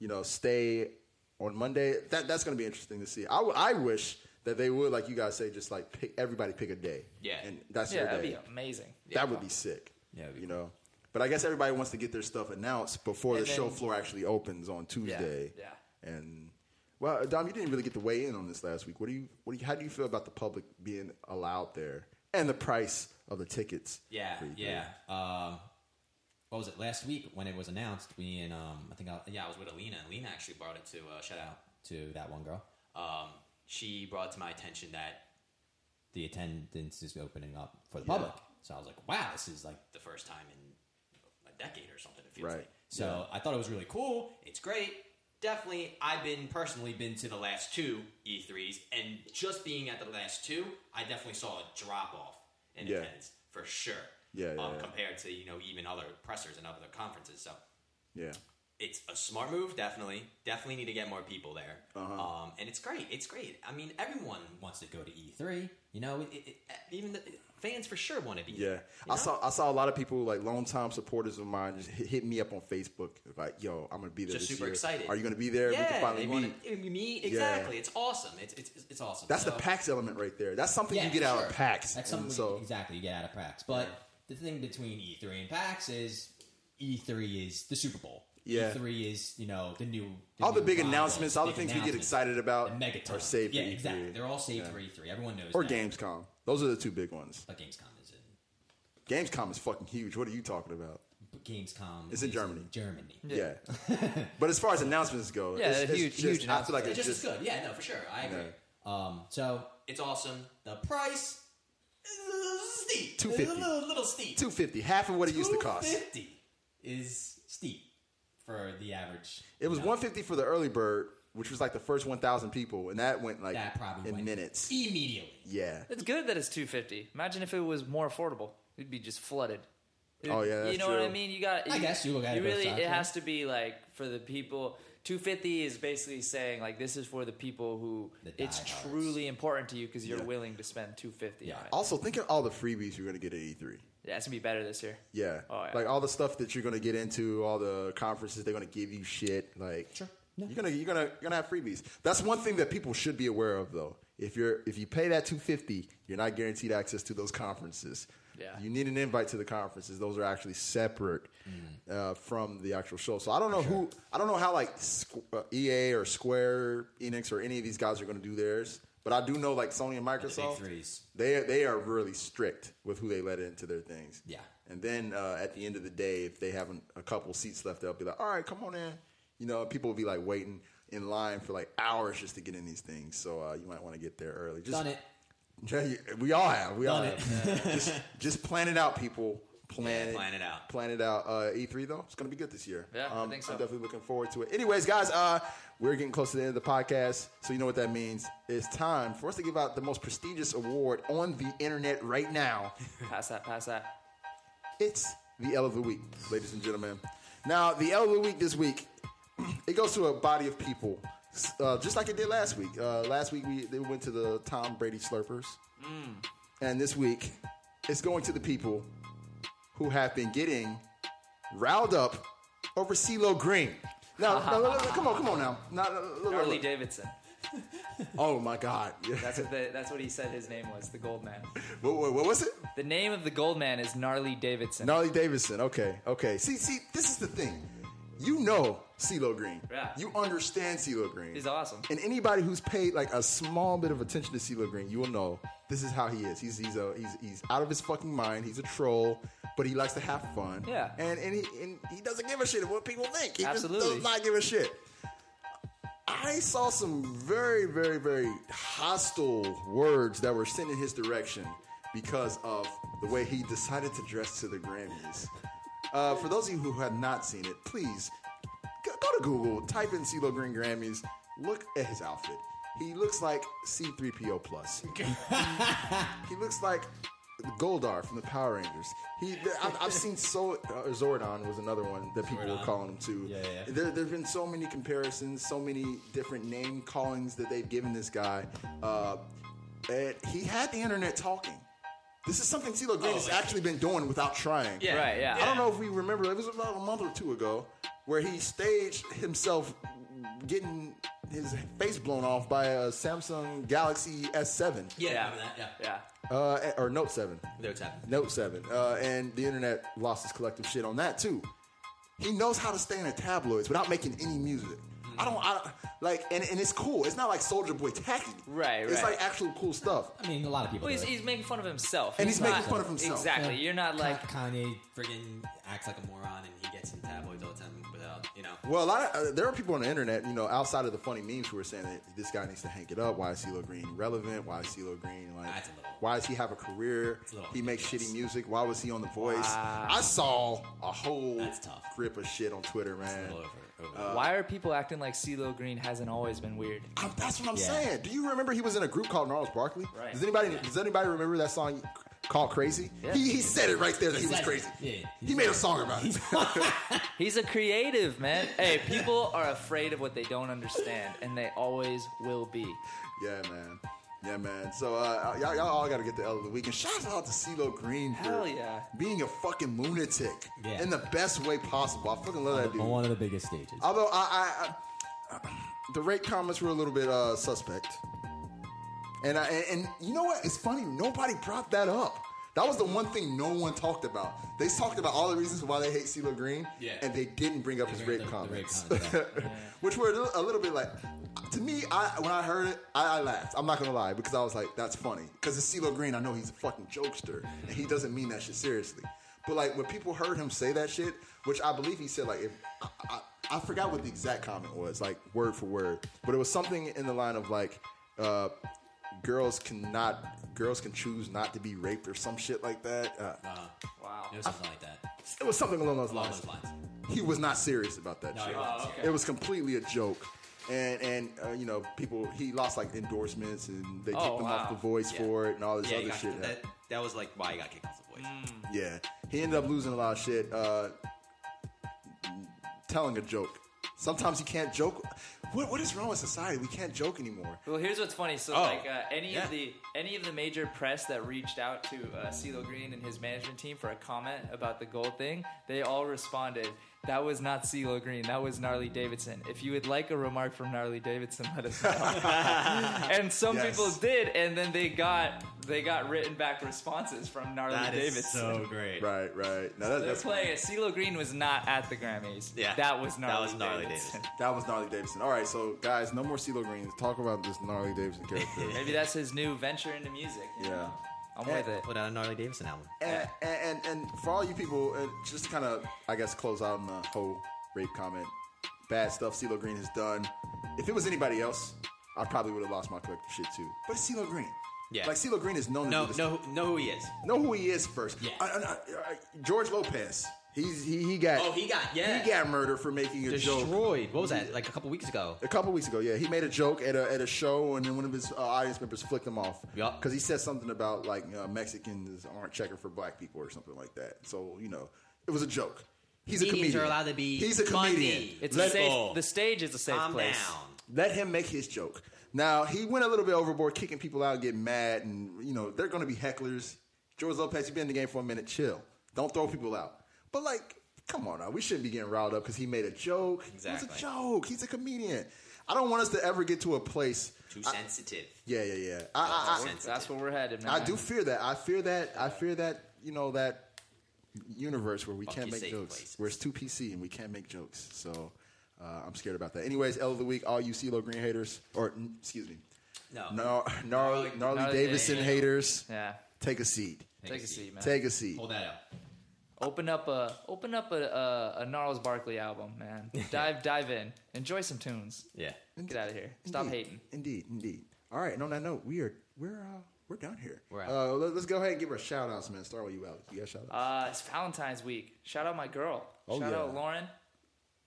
Speaker 1: you know stay on Monday? That that's going to be interesting to see. I, w- I wish that they would like you guys say just like pick everybody pick a day.
Speaker 3: Yeah.
Speaker 1: and that's
Speaker 2: Yeah,
Speaker 1: your
Speaker 2: that'd
Speaker 1: day.
Speaker 2: be amazing.
Speaker 1: that would be sick.
Speaker 3: Yeah, it'd be
Speaker 1: you know. But I guess everybody wants to get their stuff announced before
Speaker 2: And
Speaker 1: the show
Speaker 2: then-
Speaker 1: floor actually opens on Tuesday.
Speaker 2: yeah.
Speaker 1: And well, Dom, you didn't really get to weigh in on this last week. What do you? What do you? How do you feel about the public being allowed there and the price of the tickets?
Speaker 3: Yeah,
Speaker 1: for E3?
Speaker 3: yeah. Um, what was it last week when it was announced? We and um, I think I, yeah, I was with Alina, and Alina actually brought it to uh, shout out to that one girl. Um, she brought to my attention that the attendance is opening up for the public. So I was like, wow, this is like the first time in a decade or something. It feels
Speaker 1: Right.
Speaker 3: like. So I thought it was really cool. It's great. Definitely, I've been personally been to the last two E3s, and just being at the last two, I definitely saw a drop off in
Speaker 1: Yeah.
Speaker 3: attendance for sure.
Speaker 1: Yeah, yeah,
Speaker 3: um,
Speaker 1: yeah.
Speaker 3: Compared to you know even other pressers and other conferences, so
Speaker 1: Yeah.
Speaker 3: it's a smart move. Definitely, definitely need to get more people there.
Speaker 1: Uh-huh.
Speaker 3: Um, and it's great. It's great. I mean, everyone wants to go to E3. You know, it, it, even the fans for sure want to be.
Speaker 1: Yeah,
Speaker 3: there, you
Speaker 1: I
Speaker 3: know?
Speaker 1: saw I saw a lot of people like longtime supporters of mine just hit, hit me up on Facebook like, "Yo, I'm gonna be there."
Speaker 3: Just
Speaker 1: this
Speaker 3: super
Speaker 1: year.
Speaker 3: excited.
Speaker 1: Are you gonna be there?
Speaker 3: Yeah,
Speaker 1: we can finally
Speaker 3: they
Speaker 1: meet.
Speaker 3: wanna- me. exactly. It's awesome. It's it's it's awesome.
Speaker 1: That's
Speaker 3: So-
Speaker 1: the PAX element right there. That's something
Speaker 3: Yeah,
Speaker 1: you get
Speaker 3: for
Speaker 1: out
Speaker 3: sure.
Speaker 1: of PAX.
Speaker 3: That's something
Speaker 1: And so
Speaker 3: exactly you get out of PAX. But the thing between E3 and PAX is E3 is the Super Bowl.
Speaker 1: Yeah.
Speaker 3: E3 is you know the new
Speaker 1: all the
Speaker 3: new
Speaker 1: big
Speaker 3: rivals,
Speaker 1: announcements, all the
Speaker 3: big
Speaker 1: things we get
Speaker 3: announcements,
Speaker 1: excited about
Speaker 3: the megatons.
Speaker 1: are saved
Speaker 3: Yeah,
Speaker 1: for E3.
Speaker 3: exactly. They're all saved for E3. Everyone knows.
Speaker 1: or
Speaker 3: that.
Speaker 1: Gamescom. Those are the two big ones.
Speaker 3: But Gamescom is in.
Speaker 1: Gamescom is fucking huge. What are you talking about?
Speaker 3: But Gamescom
Speaker 1: It's in
Speaker 3: is
Speaker 1: Germany.
Speaker 3: Germany.
Speaker 1: Yeah. but as far as announcements go,
Speaker 2: Yeah,
Speaker 1: it's, it's
Speaker 2: huge-
Speaker 1: just,
Speaker 2: huge
Speaker 1: I feel like
Speaker 3: It's
Speaker 1: it's
Speaker 3: just,
Speaker 1: just
Speaker 3: as good. Yeah, no, for sure. I agree. Um, so it's awesome. The price is a little steep. It's A
Speaker 1: 250.
Speaker 3: little, little steep.
Speaker 1: two fifty, half of what it used to cost.
Speaker 3: 250 is steep for the average.
Speaker 1: It was
Speaker 3: you know.
Speaker 1: one fifty for the early bird, which was like the first 1,000 people, and that went like
Speaker 3: That probably
Speaker 1: in
Speaker 3: went E-
Speaker 1: minutes.
Speaker 3: Immediately.
Speaker 1: Yeah,
Speaker 2: It's good that it's 250. Imagine if it was more affordable. It'd be just flooded. It-
Speaker 1: Oh, yeah,
Speaker 2: you
Speaker 1: that's
Speaker 2: know what I
Speaker 1: true.
Speaker 2: mean. You got.
Speaker 3: I guess you look at it both
Speaker 2: really,
Speaker 3: sides,
Speaker 2: it
Speaker 3: yeah.
Speaker 2: has to be like for the people. 250 is basically saying like this is for the people who
Speaker 3: The
Speaker 2: it's
Speaker 3: diehards.
Speaker 2: truly important to you because you're
Speaker 1: Yeah.
Speaker 2: willing to spend 250.
Speaker 3: Yeah.
Speaker 2: on it.
Speaker 1: Also, think of all the freebies you're going to get at E E3.
Speaker 2: Yeah, it's gonna be better this year.
Speaker 1: Yeah.
Speaker 2: Oh, yeah.
Speaker 1: Like all the stuff that you're going to get into, all the conferences they're going to give you shit. Like
Speaker 3: Sure. No.
Speaker 1: you're going to you're going to you're going to have freebies. That's one thing that people should be aware of though. If you're if you pay that 250, you're not guaranteed access to those conferences.
Speaker 2: Yeah.
Speaker 1: You need an invite to the conferences. Those are actually separate uh, from the actual show. So I don't know who I don't know how like Squ- uh, EA or Square Enix or any of these guys are going to do theirs. But I do know like Sony and Microsoft.
Speaker 3: threes.
Speaker 1: They they are really strict with who they let into their things.
Speaker 3: Yeah.
Speaker 1: And then uh, at the end of the day, if they have an, a couple seats left, they'll be like, "All right, come on in." You know, people will be like waiting in line for like hours just to get in these things. So uh, you might want to get there early. Just,
Speaker 3: Done it.
Speaker 1: Yeah, you- we all have. We all
Speaker 3: Done it.
Speaker 1: have. just just plan it out, people. Plan,
Speaker 7: Yeah, plan it out.
Speaker 1: Plan it out. Uh, E3 though, it's gonna be good this year.
Speaker 2: Yeah, I
Speaker 1: um,
Speaker 2: think so.
Speaker 1: I'm definitely looking forward to it. Anyways, guys, uh, we're getting close to the end of the podcast, so you know what that means. It's time for us to give out the most prestigious award on the internet right now.
Speaker 2: Pass that. Pass that.
Speaker 1: It's the L of the Week, ladies and gentlemen. Now, the L of the Week this week, it goes to a body of people, uh, just like it did last week. Uh, last week, we they went to the Tom Brady Slurpers. And this week, it's going to the people who have been getting riled up over CeeLo Green. Now, now, look, look, come on, come on now. Now, look, look,
Speaker 2: Harley
Speaker 1: look.
Speaker 2: Davidson.
Speaker 1: Oh, my God.
Speaker 2: That's what the, that's what he said his name was. The gold man.
Speaker 1: what, what, what was it?
Speaker 2: The name of the gold man is Gnarly Davidson.
Speaker 1: Gnarly Davidson. Okay, okay. See, see, this is the thing. You know CeeLo Green.
Speaker 2: Yeah.
Speaker 1: You understand CeeLo Green.
Speaker 2: He's awesome.
Speaker 1: And anybody who's paid like a small bit of attention to CeeLo Green, you will know this is how he is. He's he's a, he's he's out of his fucking mind. He's a troll, but he likes to have fun.
Speaker 2: Yeah.
Speaker 1: And and he and he doesn't give a shit what people think. He just
Speaker 2: Absolutely.
Speaker 1: does not give a shit. I saw some very, very, very hostile words that were sent in his direction because of the way he decided to dress to the Grammys. Uh, for those of you who have not seen it, please go, go to Google, type in CeeLo Green Grammys, look at his outfit. He looks like C3PO Plus. he looks like Goldar from the Power Rangers. He, I've, I've seen so uh, Zordon was another one that people were calling him too.
Speaker 3: Yeah, yeah, yeah.
Speaker 1: There, there have been so many comparisons, so many different name callings that they've given this guy. Uh, and he had the internet talking. This is something CeeLo Green
Speaker 7: Oh,
Speaker 1: has
Speaker 7: yeah.
Speaker 1: actually been doing without trying.
Speaker 7: Yeah.
Speaker 2: Right, yeah.
Speaker 1: I don't know if we remember. It was about a month or two ago where he staged himself getting his face blown off by a Samsung Galaxy S7
Speaker 7: Yeah,
Speaker 2: Yeah.
Speaker 7: remember that? Yeah.
Speaker 2: Yeah.
Speaker 1: uh, or Note 7.
Speaker 7: No tap.
Speaker 1: Note 7. Uh, and the internet lost its collective shit on that too. He knows how to stay in the tabloids without making any music. I don't, I, like, and, and it's cool. It's not like Soldier Boy tacky.
Speaker 2: Right,
Speaker 1: It's
Speaker 2: right.
Speaker 1: like actual cool stuff.
Speaker 3: I mean, a lot of people.
Speaker 2: Well,
Speaker 3: do
Speaker 2: he's,
Speaker 3: it.
Speaker 2: he's making fun of himself,
Speaker 1: And he's making
Speaker 2: not-
Speaker 1: fun of himself.
Speaker 2: Exactly. You're not like
Speaker 3: Kanye friggin' acts like a moron and he gets in tabloids all the time without, you know.
Speaker 1: Well, a lot of, uh, there are people on the internet, you know, outside of the funny memes who are saying that this guy needs to hang it up. Why is CeeLo Green relevant? Why is CeeLo Green like?
Speaker 3: That's a little-
Speaker 1: why does he have a career?
Speaker 3: a little
Speaker 1: he makes
Speaker 3: ridiculous.
Speaker 1: shitty music. Why was he on The Voice? I saw a whole
Speaker 3: That's tough.
Speaker 1: grip of shit on Twitter, man.
Speaker 3: All over. over.
Speaker 2: Why are people acting like CeeLo Green hasn't always been weird?
Speaker 1: I'm- that's what I'm
Speaker 3: Yeah.
Speaker 1: saying. Do you remember he was in a group called Gnarls Barkley?
Speaker 2: Right.
Speaker 1: Does anybody does anybody remember that song called Crazy?
Speaker 2: Yeah.
Speaker 1: He, he said it right there that he, was
Speaker 3: said it.
Speaker 1: crazy.
Speaker 3: Yeah.
Speaker 1: he made a song about it.
Speaker 2: He's a creative, man. Hey, people are afraid of what they don't understand, and they always will be.
Speaker 1: Yeah, man. Yeah, man. So uh, y'all, y'all all got to get the L of the week. And shout out to CeeLo Green for
Speaker 2: Hell yeah.
Speaker 1: being a fucking lunatic
Speaker 3: Yeah.
Speaker 1: in the best way possible. I fucking love that dude.
Speaker 3: On one of the biggest stages.
Speaker 1: Although I, I, I the rate comments were a little bit uh, suspect, and I, and and you know what? It's funny. Nobody brought that up. That was the one thing no one talked about. They talked about all the reasons why they hate CeeLo Green,
Speaker 7: Yeah.
Speaker 1: and they didn't bring up his
Speaker 3: bring
Speaker 1: rape
Speaker 3: up the- the rape
Speaker 1: comments,
Speaker 3: comments,
Speaker 1: which were a little, a little bit like. To me, I when I heard it, I, I laughed. I'm not gonna lie because I was like, "That's funny." Because it's CeeLo Green. I know he's a fucking jokester, and he doesn't mean that shit seriously. But like when people heard him say that shit, which I believe he said like, if, I, I, I forgot what the exact comment was, like word for word, but it was something in the line of like, uh, "Girls cannot, girls can choose not to be raped" or some shit like that. Uh,
Speaker 2: Wow.
Speaker 3: It was something like that.
Speaker 1: it was something along those
Speaker 3: Along
Speaker 1: lines.
Speaker 3: those lines.
Speaker 1: He was not serious about that
Speaker 3: No,
Speaker 1: shit.
Speaker 3: he wasn't serious.
Speaker 1: It was completely a joke. and and uh, you know people he lost like endorsements and they
Speaker 2: Oh,
Speaker 1: kicked him off
Speaker 2: wow.
Speaker 1: the voice
Speaker 3: Yeah.
Speaker 1: for it and all this
Speaker 3: Yeah, he
Speaker 1: other
Speaker 3: got-
Speaker 1: shit.
Speaker 3: that, that was like why he got kicked off the voice.
Speaker 1: Yeah, he ended up losing a lot of shit. Uh, telling a joke. Sometimes you can't joke. What what is wrong with society? We can't joke anymore.
Speaker 2: Well, here's what's funny. So,
Speaker 3: Oh,
Speaker 2: like uh, any
Speaker 3: yeah.
Speaker 2: of the any of the major press that reached out to uh, CeeLo Green and his management team for a comment about the gold thing, they all responded, "That was not CeeLo Green. That was Gnarly Davidson. If you would like a remark from Gnarly Davidson, let us know." and some
Speaker 1: Yes.
Speaker 2: people did, and then they got they got written back responses from Gnarly
Speaker 3: That is
Speaker 2: Davidson.
Speaker 7: so great.
Speaker 1: Right, right. Now that,
Speaker 2: They're
Speaker 1: that's
Speaker 2: playing it. CeeLo Green was not at the Grammys.
Speaker 3: Yeah.
Speaker 2: that was
Speaker 3: That
Speaker 2: gnarly.
Speaker 3: was Gnarly
Speaker 2: Davidson.
Speaker 1: that was gnarly Davidson. All right, so guys, no more CeeLo Greens. Talk about this gnarly Davidson character.
Speaker 2: Maybe that's his new venture into music.
Speaker 1: yeah.
Speaker 2: I'm
Speaker 1: Yeah.
Speaker 2: with it.
Speaker 3: Put out a uh, gnarly Davidson album.
Speaker 1: And, and, and and for all you people, uh, just to kind of, I guess, close out on the whole rape comment, bad stuff CeeLo Green has done. If it was anybody else, I probably would have lost my collective shit too. But it's CeeLo Green.
Speaker 3: Yeah.
Speaker 1: Like CeeLo Green is known to
Speaker 3: No,
Speaker 1: do this
Speaker 3: Oh, no, know who he is.
Speaker 1: Know who he is first.
Speaker 3: Yeah.
Speaker 1: I- I- I- I- George Lopez. He's he, he got
Speaker 3: Oh, he got yeah.
Speaker 1: he got murdered for making a joke.
Speaker 3: destroyed. What was that? Like a couple weeks ago.
Speaker 1: A couple weeks ago, yeah, he made a joke at a, at a show, and then one of his uh, audience members flicked him off.
Speaker 3: Yup.
Speaker 1: Because he said something about like uh, Mexicans aren't checking for black people or something like that. So you know, it was a joke. He's a
Speaker 3: Comedians
Speaker 1: comedian.
Speaker 3: are allowed to be
Speaker 1: He's a
Speaker 3: funny.
Speaker 1: comedian.
Speaker 2: It's
Speaker 3: Let
Speaker 2: a safe.
Speaker 3: go.
Speaker 2: The stage is a safe
Speaker 3: Calm
Speaker 2: place.
Speaker 3: down.
Speaker 1: Let him make his joke. Now he went a little bit overboard, kicking people out, getting mad, and you know they're going to be hecklers. George Lopez, you've been in the game for a minute. Chill. Don't throw people out. But like, come on now, we shouldn't be getting riled up because he made a joke. It
Speaker 3: Exactly.
Speaker 1: was a joke. He's a comedian. I don't want us to ever get to a place.
Speaker 3: Too sensitive.
Speaker 1: Yeah, yeah, yeah. I,
Speaker 3: Too sensitive.
Speaker 2: That's where we're headed, man.
Speaker 1: Uh, I, I do fear that. I fear that. I fear that. You know that universe where we can't
Speaker 3: you
Speaker 1: make
Speaker 3: safe
Speaker 1: jokes,
Speaker 3: places.
Speaker 1: where it's too PC and we can't make jokes. So uh, I'm scared about that. Anyways, L of the week, all you CeeLo Green haters, or n- excuse me,
Speaker 3: No.
Speaker 1: gnar- gnarly, gnarly
Speaker 2: Gnarly
Speaker 1: Davidson
Speaker 2: Davidson.
Speaker 1: haters,
Speaker 2: Yeah.
Speaker 1: take a seat.
Speaker 2: Take, a seat, man.
Speaker 1: Take a seat.
Speaker 3: Hold that up.
Speaker 2: open up a open up a, a, a Gnarls Barkley album, man. dive dive in. Enjoy some tunes.
Speaker 3: Yeah.
Speaker 2: Get out of here. Stop
Speaker 1: Indeed.
Speaker 2: hating.
Speaker 1: Indeed, indeed. All right, and on that note, we are we're uh, we're done here.
Speaker 3: We're out.
Speaker 1: Uh, let, us go ahead and give our shout outs, man. Start with you, Alex. You got shout outs?
Speaker 2: Uh, it's Valentine's week. Shout out my girl.
Speaker 1: Oh,
Speaker 2: Shout
Speaker 1: yeah.
Speaker 2: out Lauren.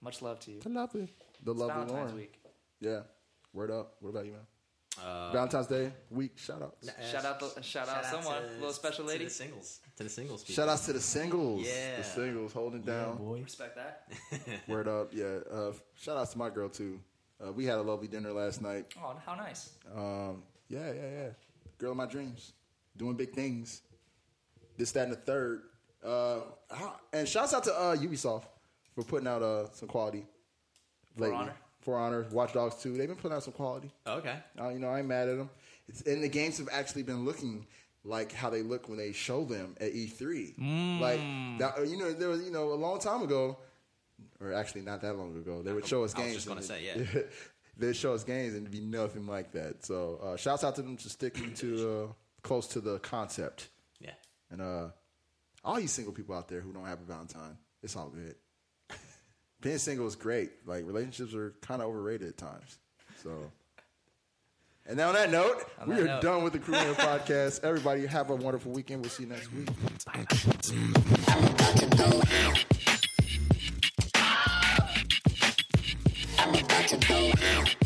Speaker 2: Much love to you.
Speaker 1: I love it. The lovely
Speaker 2: Valentine's
Speaker 1: Lauren.
Speaker 2: week.
Speaker 1: Yeah. Word up. What about you, man? Valentine's Day week shout outs.
Speaker 2: Shout out the- shout out someone. Little special
Speaker 3: to
Speaker 2: lady.
Speaker 3: the singles. To the singles. People.
Speaker 1: Shout outs to the singles.
Speaker 3: Yeah.
Speaker 1: The singles holding it down.
Speaker 2: Respect that.
Speaker 1: Word up, yeah. Uh, shout outs to my girl too. Uh, we had a lovely dinner last night.
Speaker 2: Oh, how nice.
Speaker 1: Um, yeah, yeah, yeah. Girl of my dreams, doing big things. This, that, and the third. Uh, how- and shouts out to uh, Ubisoft for putting out uh, some quality. lately.
Speaker 2: Honor.
Speaker 1: For Honor, Watch Dogs 2. They've been putting out some quality.
Speaker 3: Okay.
Speaker 1: Uh, you know, I ain't mad at them. It's, and the games have actually been looking like how they look when they show them at E3.
Speaker 3: Mm.
Speaker 1: Like that, uh, you know, there was you know a long time ago, or actually not that long ago, they would show us
Speaker 3: I was
Speaker 1: games.
Speaker 3: just gonna
Speaker 1: and
Speaker 3: say,
Speaker 1: it- they'd show us games and it'd be nothing like that. So, uh, shouts out to them for sticking to uh, close to the concept.
Speaker 3: Yeah.
Speaker 1: And uh, all you single people out there who don't have a Valentine, it's all good. Being single is great. Like relationships are kind of overrated at times. So, and now on that note, we
Speaker 2: that
Speaker 1: are
Speaker 2: note.
Speaker 1: done with the Crew Neck podcast. Everybody, have a wonderful weekend. We'll see you next week.
Speaker 8: I'm about to go out.